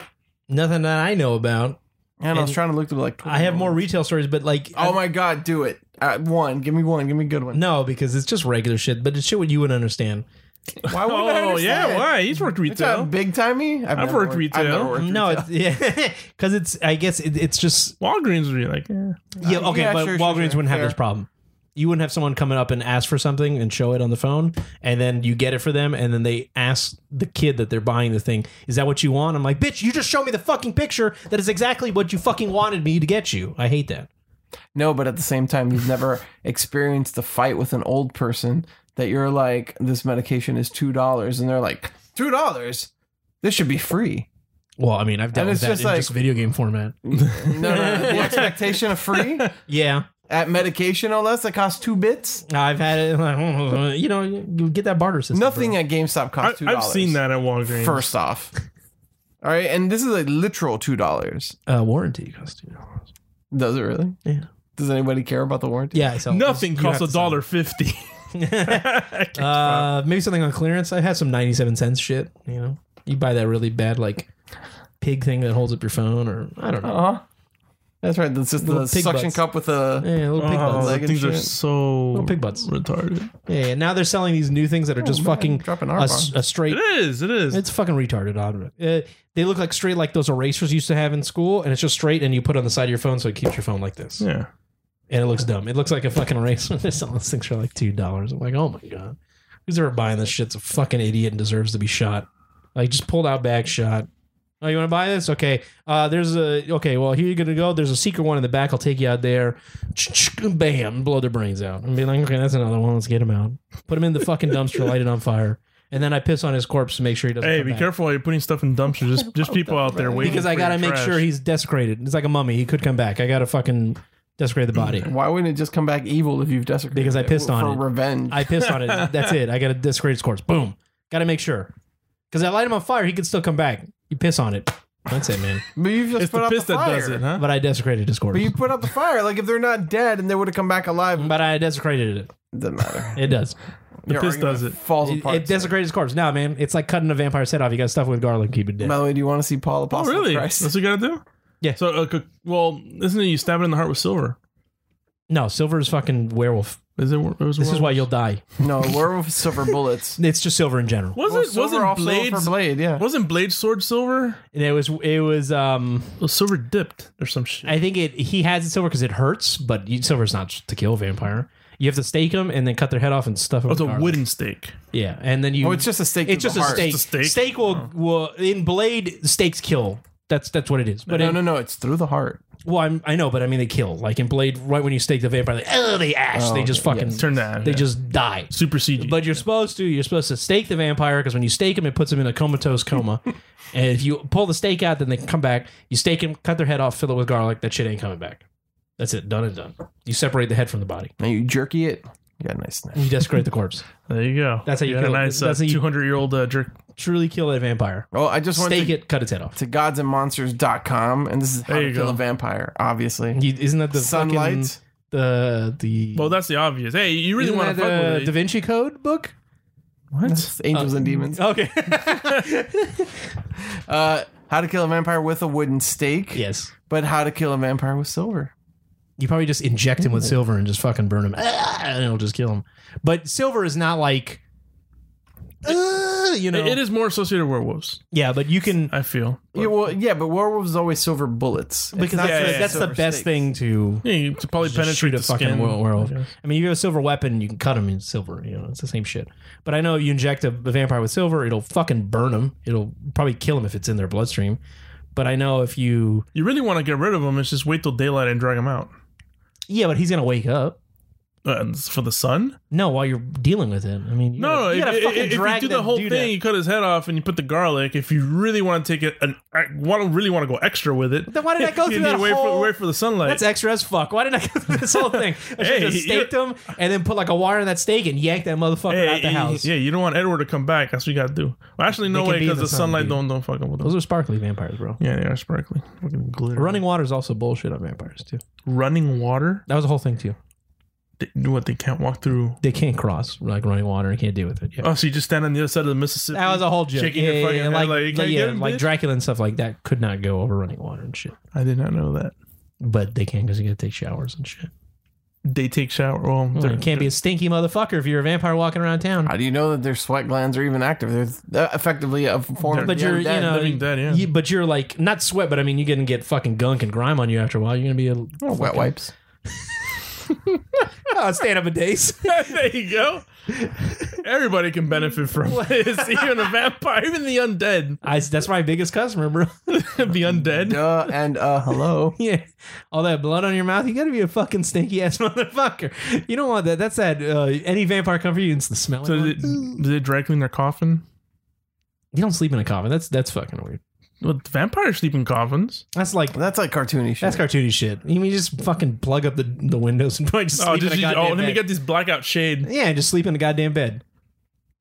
C: nothing that I know about.
A: And, I was trying to look to like.
C: I have more retail stories, but like
A: Oh my god, do it! Uh, one, give me one, give me a good one.
C: no, because it's just regular shit. But it's shit what you would understand.
A: Why wouldn't I
B: Oh yeah,
A: understand?
B: why? He's worked
A: It's not
B: retail.
A: big timey. I've, never
B: worked
A: I've
B: retail.
A: never worked
C: No,
A: retail.
C: it's, yeah, because it's I guess it, it's just
B: Walgreens would be like, yeah.
C: Yeah,
A: Uh,
C: okay,
A: yeah,
C: but
A: sure, sure,
C: Walgreens
A: sure.
C: wouldn't have
A: Fair.
C: this problem. You wouldn't have someone coming up and ask for something and show it on the phone, and then you get it for them, and then they ask the kid that they're buying the thing, "Is that what you want?" I'm like, "Bitch, you just show me the fucking picture that is exactly what you fucking wanted me to get you." I hate that.
A: No, but at the same time, you've never experienced a fight with an old person that you're like, this medication is two dollars, and they're like, two dollars. This should be free.
C: Well, I mean, I've
A: And
C: dealt with
A: it's
C: that
A: just
C: in
A: like-
C: just video game format.
A: No, no, no, the expectation of free
C: Yeah,
A: at medication, unless that costs two bits.
C: I've had it. You know, you get that barter system.
A: Nothing
C: bro.
A: at GameStop
B: I,
A: costs two dollars.
B: I've seen that at Walgreens.
A: First off, all right, and this is a literal two dollars.
C: uh, warranty costs two dollars.
A: Does it really?
C: Yeah.
A: Does anybody care about the warranty?
C: Yeah, I sell
B: Nothing
C: you
B: costs
C: have
B: a
C: to sell
B: dollar fifty.
C: it. Uh, maybe something on clearance. I had some ninety-seven cents shit. You know, you buy that really bad like pig thing that holds up your phone, or I don't know.
A: Uh huh. That's right. That's just the
C: Little pig
A: suction
C: butts.
A: cup with a.
C: Yeah, little pig
B: Oh,
C: butts.
A: Like
B: the
A: and
B: things are
A: shit.
B: so
C: Little pig butts.
B: retarded.
C: yeah, yeah. Now they're selling these new things that are just fucking
A: dropping
C: a,
A: our
C: s- a straight.
B: It is. It is.
C: It's fucking retarded. I don't know. Uh, they look like straight like those erasers used to have in school, and it's just straight, and you put it on the side of your phone, so it keeps your phone like this,
B: yeah.
C: and it looks dumb. It looks like a fucking eraser. They're selling these things for like two dollars. I'm like, oh my god, who's ever buying this shit's a fucking idiot and deserves to be shot. Like just pulled out back shot. Oh, you want to buy this? Okay. Uh, there's a okay. Well, here you're gonna go. There's a secret one in the back. I'll take you out there. Bam! Blow their brains out and be like, okay, that's another one. Let's get him out. Put him in the fucking dumpster, light it on fire, and then I piss on his corpse to make sure he doesn't.
B: Hey,
C: come
B: be
C: back.
B: careful while you're putting stuff in dumpsters. Just, just people out there waiting.
C: because I
B: for
C: gotta
B: your
C: make
B: trash.
C: sure he's desecrated. It's like a mummy. He could come back. I gotta fucking desecrate the body.
A: Why wouldn't it just come back evil if you've desecrated?
C: Because I
A: it
C: pissed on
A: for
C: it.
A: revenge.
C: I pissed on it. That's it. I gotta desecrate his corpse. Boom. Gotta make sure. Because I light him on fire, he could still come back. You piss on it. That's it, man.
A: But you just
B: It's
A: put
B: the
A: out
B: piss
A: the
B: that
A: fire.
B: does it, huh?
C: But I desecrated his
A: But
C: corpse.
A: you put out the fire. Like if they're not dead and they would have come back alive, it
C: But I desecrated it.
A: doesn't matter.
C: It does.
B: The
A: Your
B: piss
A: argument
B: does it.
A: Falls
C: It,
A: apart.
C: it desecrated his corpse. Nah, man. It's like cutting a vampire's head off. You got stuff with garlic. Keep it dead.
A: By the way, do you want to see Paul
B: Oh,
A: Apostle
B: really?
A: Christ?
B: That's what you gotta do.
C: Yeah.
B: So, uh, c- well, isn't it you stab it in the heart with silver?
C: No, silver is fucking werewolf.
B: Is it? it was
C: This is why
B: werewolves?
C: you'll die.
A: No, werewolf is silver bullets.
C: It's just silver in general.
A: Well,
B: Wasn't
A: silver
B: wasn't
A: also for
B: blades?
A: blade? Yeah.
B: Wasn't blade sword silver?
C: And it was it was um
B: It was silver dipped or some shit.
C: I think it he has it silver because it hurts, but you, silver's not to kill a vampire. You have to stake them and then cut their head off and stuff.
B: Oh, it's a
C: garlic.
B: wooden stake.
C: Yeah, and then you.
A: Oh, it's just a stake.
C: it's
A: through
C: just
A: the
C: a
A: heart.
C: stake.
B: Just a stake?
C: Stake will, will in blade stakes kill. That's that's what it is. But
A: No,
C: in-
A: no, no. It's through the heart.
C: well, I'm, I know, but I mean they kill. Like in blade, right when you stake the vampire, like oh they ash,
A: Oh,
C: they just
A: okay,
C: fucking
B: Turn that.
C: they
B: yeah.
C: just die.
B: supersede. you.
C: But you're supposed to you're supposed to stake the vampire because when you stake him, it puts him in a comatose coma. and if you pull the stake out, then they can come back. You stake him, cut their head off, fill it with garlic. That shit ain't coming back. That's it. Done and done. You separate the head from the body.
A: And you jerky it. You got a nice snack.
C: You desecrate the corpse.
B: there you go.
C: That's how you
B: got a
C: kill it.
B: nice uh,
C: That's how you-
B: 200 year old uh, jerk.
C: Truly kill a vampire.
A: Oh, I just went
C: Stake
A: to,
C: it, cut its head off.
A: to godsandmonsters.com, and this is how
B: There
A: to
B: you
A: kill
B: go.
A: a vampire, obviously.
C: You- isn't that the
A: Sunlight.
C: Fucking, the the
B: Well, that's the obvious. Hey, you really
C: isn't
B: want to
C: that
B: fuck
C: uh, the
B: with it?
C: Da Vinci Code book?
A: That's angels
C: Uh,
A: and demons.
C: Okay.
A: Uh, how to kill a vampire with a wooden stake,
C: yes.
A: but how to kill a vampire with silver.
C: You probably just inject him with silver and just fucking burn him, Ah, and it'll just kill him. But silver is not like, "Ah," you know.
B: It- it is more associated with werewolves.
C: Yeah, but you can
B: I feel.
A: Yeah, well, yeah, but werewolves is always silver bullets. It's
C: because
A: not
C: that's,
B: yeah,
C: the,
A: just
B: yeah,
C: that's the
A: silver
C: best
A: stakes.
C: thing to
B: Yeah, you could probably
C: just shoot
B: penetrate
C: a
B: the
C: fucking
B: skin.
C: were- werewolf.
B: Yeah.
C: I mean, if you have a silver weapon, you can cut him in silver. You know, it's the same shit. But I know you inject a, a vampire with silver, it'll fucking burn him. It'll probably kill him if it's in their bloodstream. But I know if you,
B: You really want to get rid of them. It's just wait till daylight and drag them out.
C: yeah, but he's gonna wake up.
B: Uh, and it's for the sun?
C: No, while you're dealing with him. I mean, you
B: No, no.
C: gotta, you
B: If,
C: gotta
B: if-
C: fucking
B: if you
C: drag
B: do the
C: that
B: whole
C: dude
B: thing,
C: out.
B: you cut his head off and you put the garlic. If you really want to take it, an, I want to really want to go extra with it.
C: Then why did I go
B: you
C: through
B: need
C: that
B: to wait
C: whole-
B: For, wait for the sunlight.
C: That's extra as fuck. Why didn't I go through this whole thing? I should have
B: Hey,
C: just staked him and then put like a wire in that stake and yank that motherfucker out the
B: y-
C: house.
B: Yeah, you don't want Edward to come back. That's what you gotta do. Well, actually, no
C: They can
B: way
C: be in
B: because
C: the
B: the,
C: sun,
B: sunlight
C: dude.
B: don't don't fuck up with them.
C: Those are sparkly vampires, bro.
B: Yeah, they are sparkly. Fucking glitter.
C: Running water is also bullshit on vampires too.
B: running water.
C: That was the whole thing too.
B: They- What they can't walk through.
C: They can't cross like running water and can't deal with it. Yeah.
B: Oh, so you just stand on the other side of the Mississippi.
C: that was a whole joke.
B: Shaking
C: yeah,
B: your fucking
C: yeah,
B: head
C: like,
B: like, you
C: like,
B: can't
C: yeah,
B: get him,
C: like
B: bitch.
C: Dracula and stuff like that could not go over running water and shit.
B: I did not know that.
C: But they can because you gotta take showers and shit.
B: They take shower. Well,
C: Well,
B: they're-
C: you Oh, can't be a stinky motherfucker if you're a vampire walking around town.
A: How do you know that their sweat glands are even active? They're th- effectively a form of
C: But
A: the
C: you're,
A: undead.
C: you know,
B: Living dead, yeah.
C: you- but you're like not sweat, but I mean, you're gonna get fucking gunk and grime on you after a while. You're gonna be a
A: Oh, wet wipes.
C: oh, stand up a days.
B: there you go. Everybody can benefit from this, even a vampire, even the undead.
C: I, that's my biggest customer, bro.
B: the undead.
A: Duh and uh, hello.
C: yeah, all that blood on your mouth. You gotta be a fucking stinky ass motherfucker. You don't want that. That's that. Uh, any vampire come for you and it's the smell.
B: So
C: like
B: did,
C: one.
B: it- did they dry clean their coffin?
C: you don't sleep in a coffin. That's that's fucking weird.
B: Well, vampires sleep in coffins.
C: That's like
A: That's like cartoony shit.
C: that's cartoony shit. You mean just fucking plug up the, the windows and probably just
B: Oh,
C: sleep
B: just,
C: in a
B: you-
C: goddamn
B: oh, let
C: bed.
B: me get this blackout shade.
C: yeah, just sleep in a goddamn bed.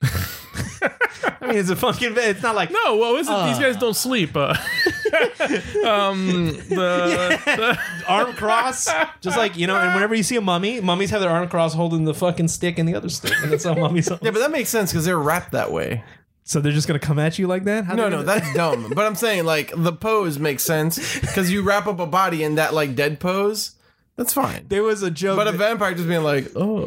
C: I mean, it's a fucking bed. It's not like
B: No, well, is it? These
C: Ah.
B: guys don't sleep. Uh, um, the,
C: arm cross, just like you know. And whenever you see a mummy, mummies have their arm cross holding the fucking stick and the other stick, and that's how mummies.
A: Yeah, but that makes sense because they're wrapped that way.
C: So they're just gonna come at you like that? How
A: No,
C: they
A: no,
C: gonna-
A: that's dumb. But I'm saying like the pose makes sense because you wrap up a body in that like dead pose. That's fine.
C: there was a joke.
A: But a
C: that-
A: vampire just being like, oh,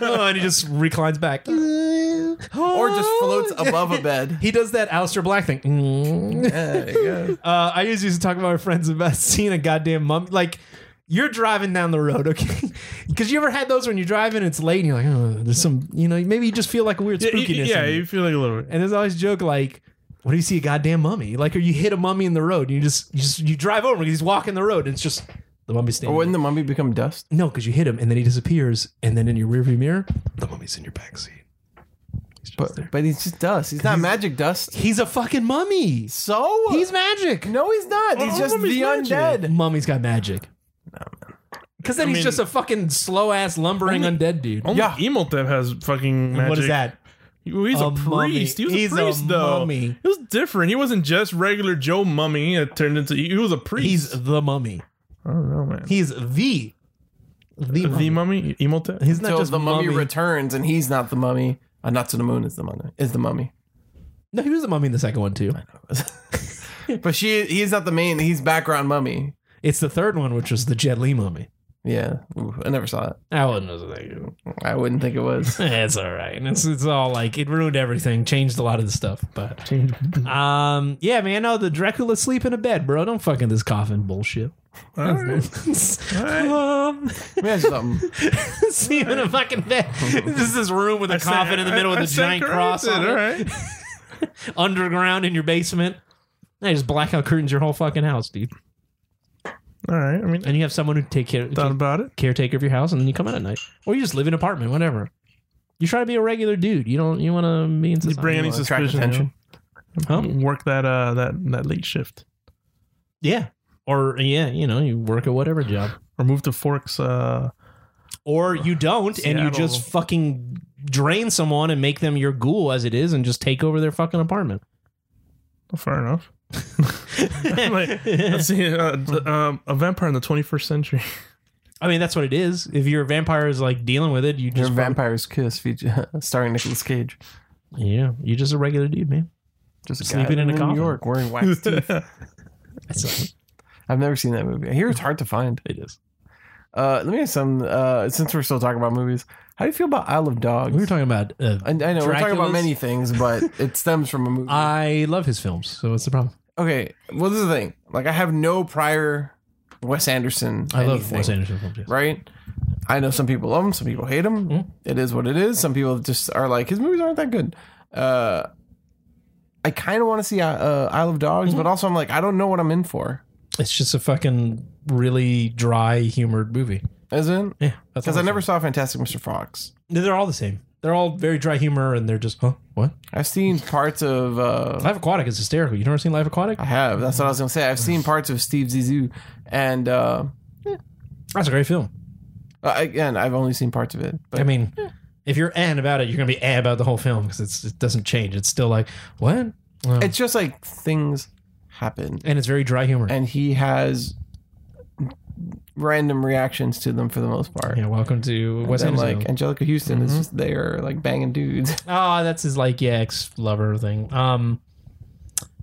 C: oh, and he just reclines back, or
A: or just floats above a bed.
C: He does that Alistair Black thing. Mm.
A: Yeah, there you go.
C: Uh, I used to talk about my friends about seeing a goddamn mummy. Like, you're driving down the road, okay? Because you ever had those when you're driving, and it's late, and you're like, oh, there's some, you know, maybe you just feel like a weird
B: yeah,
C: spookiness.
B: you,
C: in
B: yeah,
C: you.
B: you feel like a little bit.
C: And there's always a joke like, "What do you see a goddamn mummy?" Like, or you hit a mummy in the road, and you just you, just, you drive over because he's walking the road, and it's just the
A: Or
C: mummy's standing.
A: wouldn't the mummy become dust?
C: no, because you hit him, and then he disappears, and then in your rearview mirror, the mummy's in your back seat. He's just there.
A: But but he's just dust. He's not magic dust.
C: He's a fucking mummy.
A: So
C: He's magic.
A: no, he's not. He's
B: Oh,
A: just
B: mummy's
A: the
B: magic.
A: undead.
C: Mummy's got magic. Because then
B: I
C: he's
B: mean-
C: just a fucking slow ass lumbering undead dude.
B: Only
A: Yeah.
B: Emotep has fucking magic.
C: What is that?
B: He's a, priest.
C: mummy.
B: He was
C: He's
B: a priest, though.
C: mummy.
B: It was different. He wasn't just regular Joe Mummy. It turned into he was a priest.
C: He's the mummy.
B: I don't know, man.
C: He's the the
B: the
C: mummy.
B: mummy, Emotep.
C: He's not
A: Until
C: just
A: the mummy,
C: mummy.
A: returns and he's not the mummy. A nut to the moon is the mummy. Is the mummy.
C: no, he was a mummy in the second one too.
A: But she he's not the main. He's background mummy.
C: It's the third one, which was the Jet Li mummy.
A: Yeah, Oof, I never saw it.
C: That one was like, eh,
A: I wouldn't think it was.
C: it's all right. It's it's all like it ruined everything, changed a lot of the stuff. But um, yeah, man, no, the Dracula sleep in a bed, bro. Don't fucking this coffin bullshit.
B: All right.
C: um,
A: Man, something.
C: sleep in a fucking bed. this is this room with a
B: I
C: coffin in the
B: said-
C: middle
B: I- I
C: with a
B: said
C: giant
B: correct
C: cross
B: it,
C: on
B: All
C: it.
B: right.
C: underground in your basement. They just blackout curtains your whole fucking house, dude.
B: All right. I mean,
C: And you have someone who take care
B: thought
C: take,
B: about it.
C: caretaker of your house, and then you come out at night, or you just live in an apartment, whatever. You try to be a regular dude. You don't. You want to be
B: You
C: in society.
B: bring any
A: wanna attract
B: suspicion?
A: attention.
B: you know? Work that uh that that late shift
C: yeah, or yeah, you know, you work at whatever job,
B: or move to Forks. Uh,
C: or you don't, and you
B: Seattle.
C: just fucking drain someone and make them your ghoul as it is, and just take over their fucking apartment.
B: fair enough. Like, let's see. Uh, d- um, a vampire in the 21st century.
C: I mean, that's what it is. If your vampire is like dealing with it, you
A: Your
C: just
A: vampire's kiss feature starring Nicolas Cage.
C: yeah, you're just a regular dude, man.
A: Just a
C: Sleeping
A: guy
C: in a
A: New
C: coffin.
A: York wearing wax teeth.
C: That's
A: I've never seen that movie. I hear it's hard to find.
C: it is.
A: Uh, let me ask some. Uh, since we're still talking about movies, how do you feel about Isle of Dogs?
C: We were talking about. Uh,
A: I, I know we're talking about
C: Dracula's-
A: many things, but it stems from a movie.
C: I love his films, so what's the problem?
A: okay, well, this is the thing. Like, I have no prior Wes Anderson.
C: I love
A: anything,
C: Wes Anderson films. yes.
A: Right? I know some people love him, some people hate him.
C: Mhm.
A: It is what it is. Some people just are like, his movies aren't that good. Uh, I kind of want to see uh, uh, Isle of Dogs,
C: Mm-hmm.
A: but also I'm like, I don't know what I'm in for.
C: It's just a fucking really dry, humored movie.
A: Isn't?
C: Yeah, that's
A: Because
C: all
A: I
C: it
A: never saw Fantastic Mr. Fox.
C: is. They're all the same. They're all very dry humor, and they're just huh? What?
A: I've seen parts of. Uh,
C: Life Aquatic is hysterical. You never seen Life Aquatic?
A: I have. That's what I was gonna say. I've seen parts of Steve Zissou, and uh,
C: That's a great film.
A: uh, again, I've only seen parts of it. But
C: I mean, if you're an about it, you're gonna be an about the whole film because it's it doesn't change. It's still like what? Well,
A: it's just like things happen,
C: and it's very dry humor.
A: and he has random reactions to them for the most part.
C: yeah, welcome to Wes
A: and
C: Anderson.
A: like Angelica Houston
C: Mm-hmm.
A: is just there, like banging dudes.
C: oh, that's his like yeah ex lover thing. Um,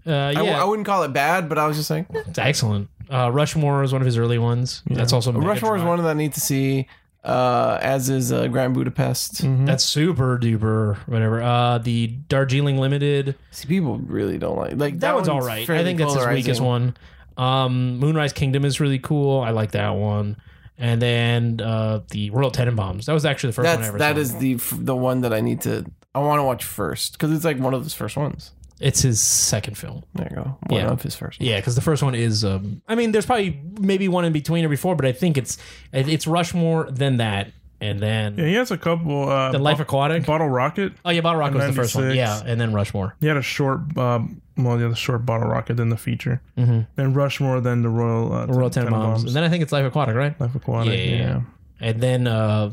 C: uh, yeah,
A: I, w- I wouldn't call it bad, but I was just like, eh.
C: It's excellent. Uh, Rushmore is one of his early ones. That's also mega
A: Rushmore is
C: dry.
A: one that I need to see, uh, as is uh, Grand Budapest.
C: That's super duper whatever. Uh, the Darjeeling Limited.
A: See, people really don't like like
C: That, one's all right. I
A: fairly
C: think that's his weakest
A: polarizing.
C: one. Um, Moonrise Kingdom is really cool. I like that one. And then uh, the Royal Tenenbaums. That was actually the first one I
A: That's
C: ever
A: that
C: saw.
A: is the f- the one that I need to. I want to watch first because it's like one of his first ones.
C: It's his second film.
A: There you go. One
C: Yeah.
A: of his first.
C: Yeah, because the first one is. Um, I mean, there's probably maybe one in between or before, but I think it's it- it's Rushmore, then that, and then
B: Yeah, he has a couple. Uh,
C: the Life
B: Bo-
C: Aquatic.
B: Bottle Rocket.
C: oh yeah, Bottle Rocket was the first one.
B: 96.
C: Yeah, and then Rushmore.
B: He had a short. Um, well, the other short Bottle Rocket, then the feature, mm-hmm. then Rushmore, then the Royal uh,
C: Royal Tenenbaums, and then I think it's Life Aquatic, right?
B: Life Aquatic.
C: Yeah,
B: Yeah,
C: yeah, yeah. and then uh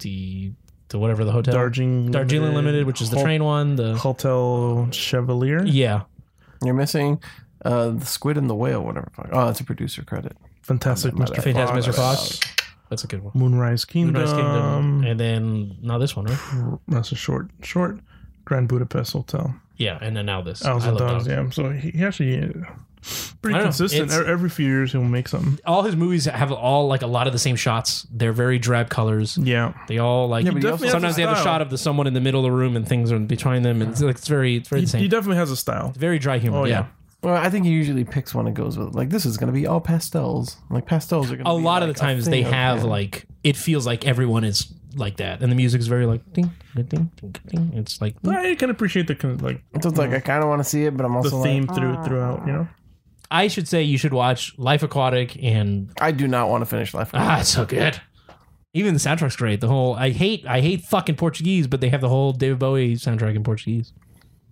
C: the the whatever the hotel
B: Darjeeling,
C: Darjeeling Limited, which is the
B: Hol-
C: train one. The
B: Hotel Chevalier.
C: yeah,
A: You're missing uh, the squid and the whale, whatever. the fuck- Oh, that's a producer credit.
B: Fantastic Mr.
C: Fantastic
B: Fox.
C: Mr. Fox. That's a good one.
B: Moonrise Kingdom.
C: Moonrise Kingdom, and then now this one, right?
B: That's a short, short. Grand Budapest Hotel.
C: Yeah, and then now this.
B: Isles
C: I
B: of
C: love
B: Dogs.
C: dogs.
B: Yeah. So he he actually uh, pretty
C: I don't know,
B: consistent.
C: it's-
B: E- Every few years he'll make something.
C: All his movies have all like a lot of the same shots. They're very drab colors.
B: Yeah.
C: They all like
A: Yeah, but he also-
B: definitely has
C: sometimes they have a
B: style.
C: shot of the someone in the middle of the room and things are between them, and it's, like, it's very it's very
B: He,
C: the same.
B: he definitely has a style.
C: very dry humor.
B: Oh,
C: yeah.
B: yeah.
A: Well, I think he usually picks one and goes with like this is going to be all pastels. Like pastels are going.
C: a lot of the times they have like it feels like everyone is like that, and the music is very like ding ding ding ding. ding. It's like
B: I can appreciate the con- like
A: So it's like I kind of want to see it, but I'm
B: the
A: also
B: theme
A: like
B: through throughout. You know.
C: I should say you should watch Life Aquatic and
A: I do not want to finish Life.
C: ah, it's so good. Even the soundtrack's great. The whole I hate I hate fucking Portuguese, but they have the whole David Bowie soundtrack in Portuguese.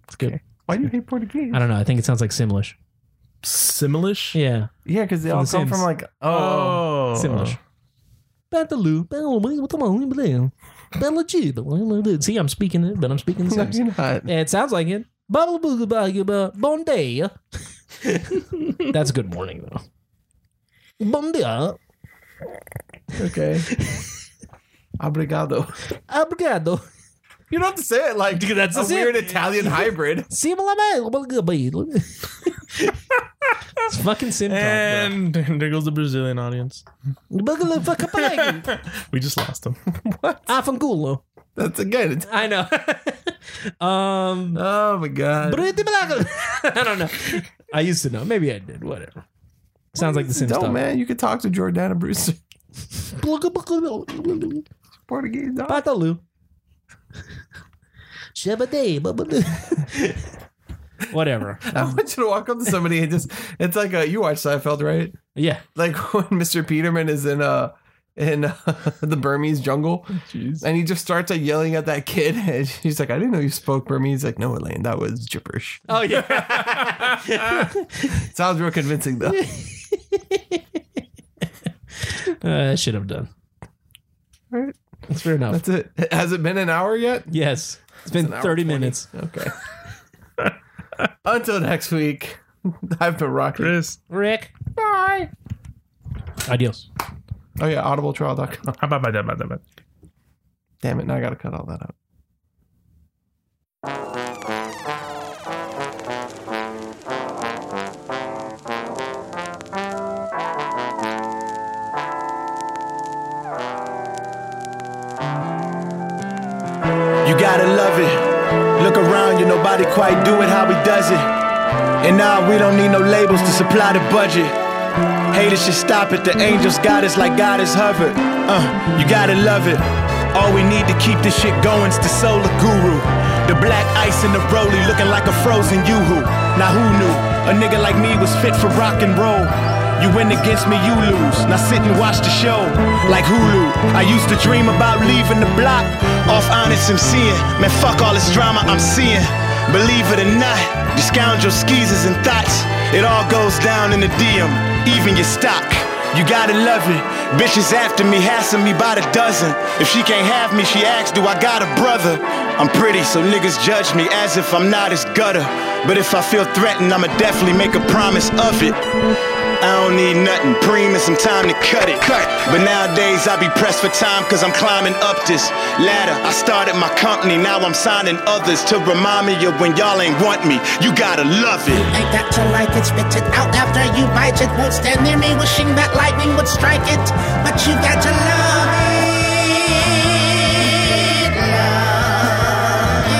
C: It's good.
A: Why do you hate Portuguese?
C: I don't know. I think it sounds like Simlish.
B: Similish.
C: Yeah,
A: Yeah, because they all
C: the
A: come
C: Sims.
A: from like oh,
B: Oh,
C: um, Simlish. Bataloo, bataloo, bataloo. Bella G. but blah, blah, blah. See, um, I'm speaking it, but I'm speaking the
A: No,
C: same.
A: you're not.
C: It sounds like it. Bubble booga bugga bu- Bon day. That's good morning though. Bon dia.
A: Okay. Obrigado.
C: Obrigado.
A: You don't have to say it like that's
C: that's
A: a
C: it.
A: weird Italian hybrid.
C: Simula mel- bugga bu- It's fucking sim talk, bro.
B: And there goes the Brazilian audience.
C: Bugga fucka bang.
B: we just lost them.
C: Ah, Afangulo.
A: That's again. It's,
C: I know. um
A: oh my god.
C: Pretty black. I don't know. I used to know. Maybe I did. Whatever. Sounds like the Sims
A: No
C: stuff.
A: man, you could talk to Jordana Brewster. Portuguese dog.
C: Patalu. Shabadee, babadoo. Whatever.
A: I want you to walk up to somebody and just it's like a you watch Seinfeld, right?
C: Yeah.
A: Like when Mr. Peterman is in uh in uh, the Burmese jungle and he just starts like yelling at that kid and she's like, I didn't know you spoke Burmese. He's like, no, Elaine, that was gibberish.
C: Oh yeah.
A: Sounds real convincing though.
C: uh, I should have done.
A: Right.
C: That's fair enough.
A: That's it. Has it been an hour yet?
C: yes. It's been
A: an hour
C: 30
A: and 20.
C: minutes.
A: Okay. Until next week, I've been Rocky.
B: Chris,
C: Rick. Bye. Adios.
A: Oh yeah, audibletrial.com.
B: how about my dad? My dad, my dad.
A: Damn it, now I gotta cut all that out.
D: You gotta love it. Look around you, nobody quite do it how he does it. And now we don't need no labels to supply the budget. Haters should stop it, the angels got us like God is hovered. Uh, you gotta love it. All we need to keep this shit going's the solar guru. The black ice in the roly looking like a frozen yoo-hoo. Now who knew? A nigga like me was fit for rock and roll. You win against me, you lose. Now sit and watch the show like Hulu. I used to dream about leaving the block off honest MCing. Man, fuck all this drama I'm seeing. Believe it or not, the scoundrel skeezers and thoughts. It all goes down in the DM, even your stock. You gotta love it. Bitches after me, hassling me by the dozen. If she can't have me, she asks, Do I got a brother? I'm pretty, so niggas judge me as if I'm not as gutter. But if I feel threatened, I'ma definitely make a promise of it. I don't need nothing. Preem and some time to cut it. Cut. But nowadays I be pressed for time cause I'm climbing up this ladder. I started my company, now I'm signing others to remind me of when y'all ain't want me. You gotta love it.
E: I got to like it, spit it out after you bite it. Won't stand near me wishing that lightning would strike it. But you got to love it. Love it.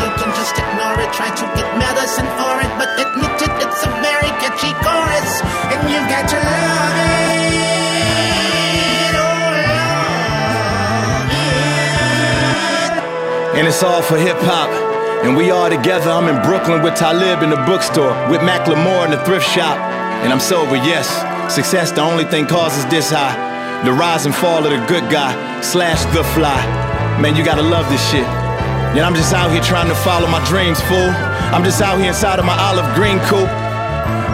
E: You can just ignore it, try to get medicine for it. But admit it, it's a very catchy chorus. And you got to love it. Oh, love it.
D: and it's all for hip hop. And we all together, I'm in Brooklyn with Talib in the bookstore, with Macklemore in the thrift shop. And I'm sober, yes. Success, the only thing causes this high. The rise and fall of the good guy, slash the fly. Man, you gotta love this shit. And I'm just out here trying to follow my dreams, fool. I'm just out here inside of my olive green coupe.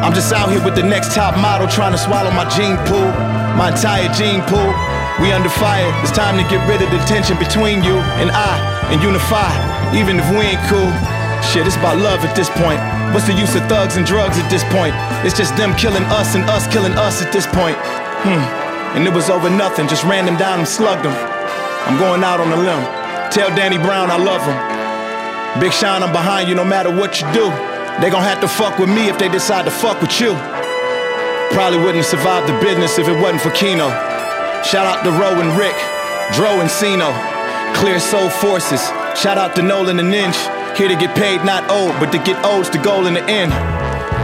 D: I'm just out here with the next top model trying to swallow my gene pool, my entire gene pool. We under fire, it's time to get rid of the tension between you and I and unify, even if we ain't cool. Shit, it's about love at this point. What's the use of thugs and drugs at this point? It's just them killing us and us killing us at this point. Hmm, and it was over nothing, just ran them down and slugged them. I'm going out on a limb. Tell Danny Brown I love him. Big Shine, I'm behind you no matter what you do. They gon' have to fuck with me if they decide to fuck with you. Probably wouldn't survive the business if it wasn't for Kino. Shout out to Roe and Rick, Dro and Sino. Clear Soul Forces. Shout out to Nolan and Ninch. Here to get paid, not old, but to get old's the goal in the end.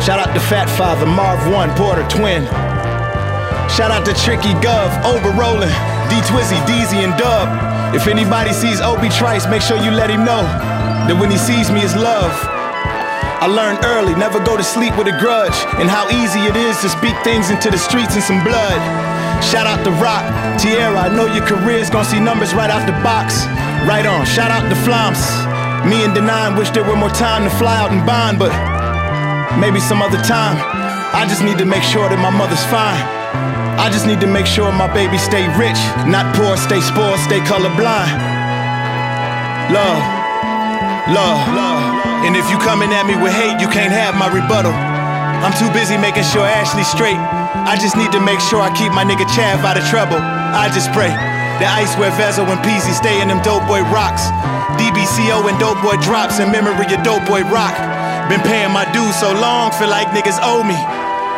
D: Shout out to Fat Father, Marv One, Porter Twin. Shout out to Tricky Gov, Ober Rollin, D Twizzy, Deezy, and Dub. If anybody sees Obi Trice, make sure you let him know that when he sees me, it's love. I learned early, never go to sleep with a grudge, and how easy it is to speak things into the streets and some blood. Shout out to Rock, Tierra, I know your career's gonna see numbers right out the box. Right on, shout out to Floms. Me and Denine wish there were more time to fly out and bond, but maybe some other time. I just need to make sure that my mother's fine. I just need to make sure my babies stay rich, not poor, stay spoiled, stay colorblind. Love, love, love. And if you coming at me with hate, you can't have my rebuttal. I'm too busy making sure Ashley's straight. I just need to make sure I keep my nigga Chav out of trouble. I just pray that Icewear Vezo and Peasy stay in them dope boy rocks. DBCO and dope boy drops in memory of dope boy rock. Been paying my dues so long, feel like niggas owe me.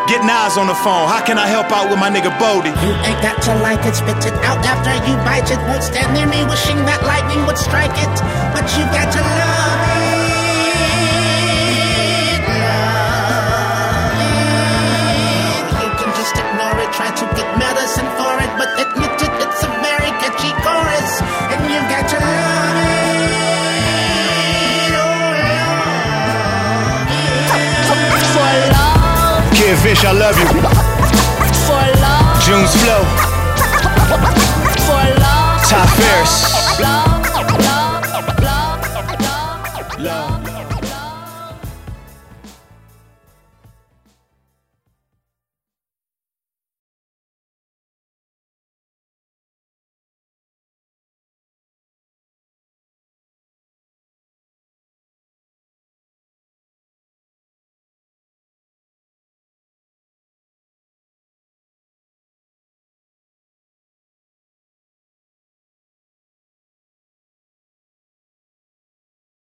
D: Get Nas on the phone. How can I help out with my nigga Bodie?
E: You ain't got to like it, spit it out after you bite it. Won't stand near me wishing that lightning would strike it. But you got to love it. Love it. You can just ignore it, try to get medicine for it. But admit it, it's a very catchy chorus. And you got to love it. Oh, love
F: For love,
D: Kid Fish, I love
E: it.
D: you.
F: for love,
D: June's Flow,
F: for love,
D: Ty Ferris,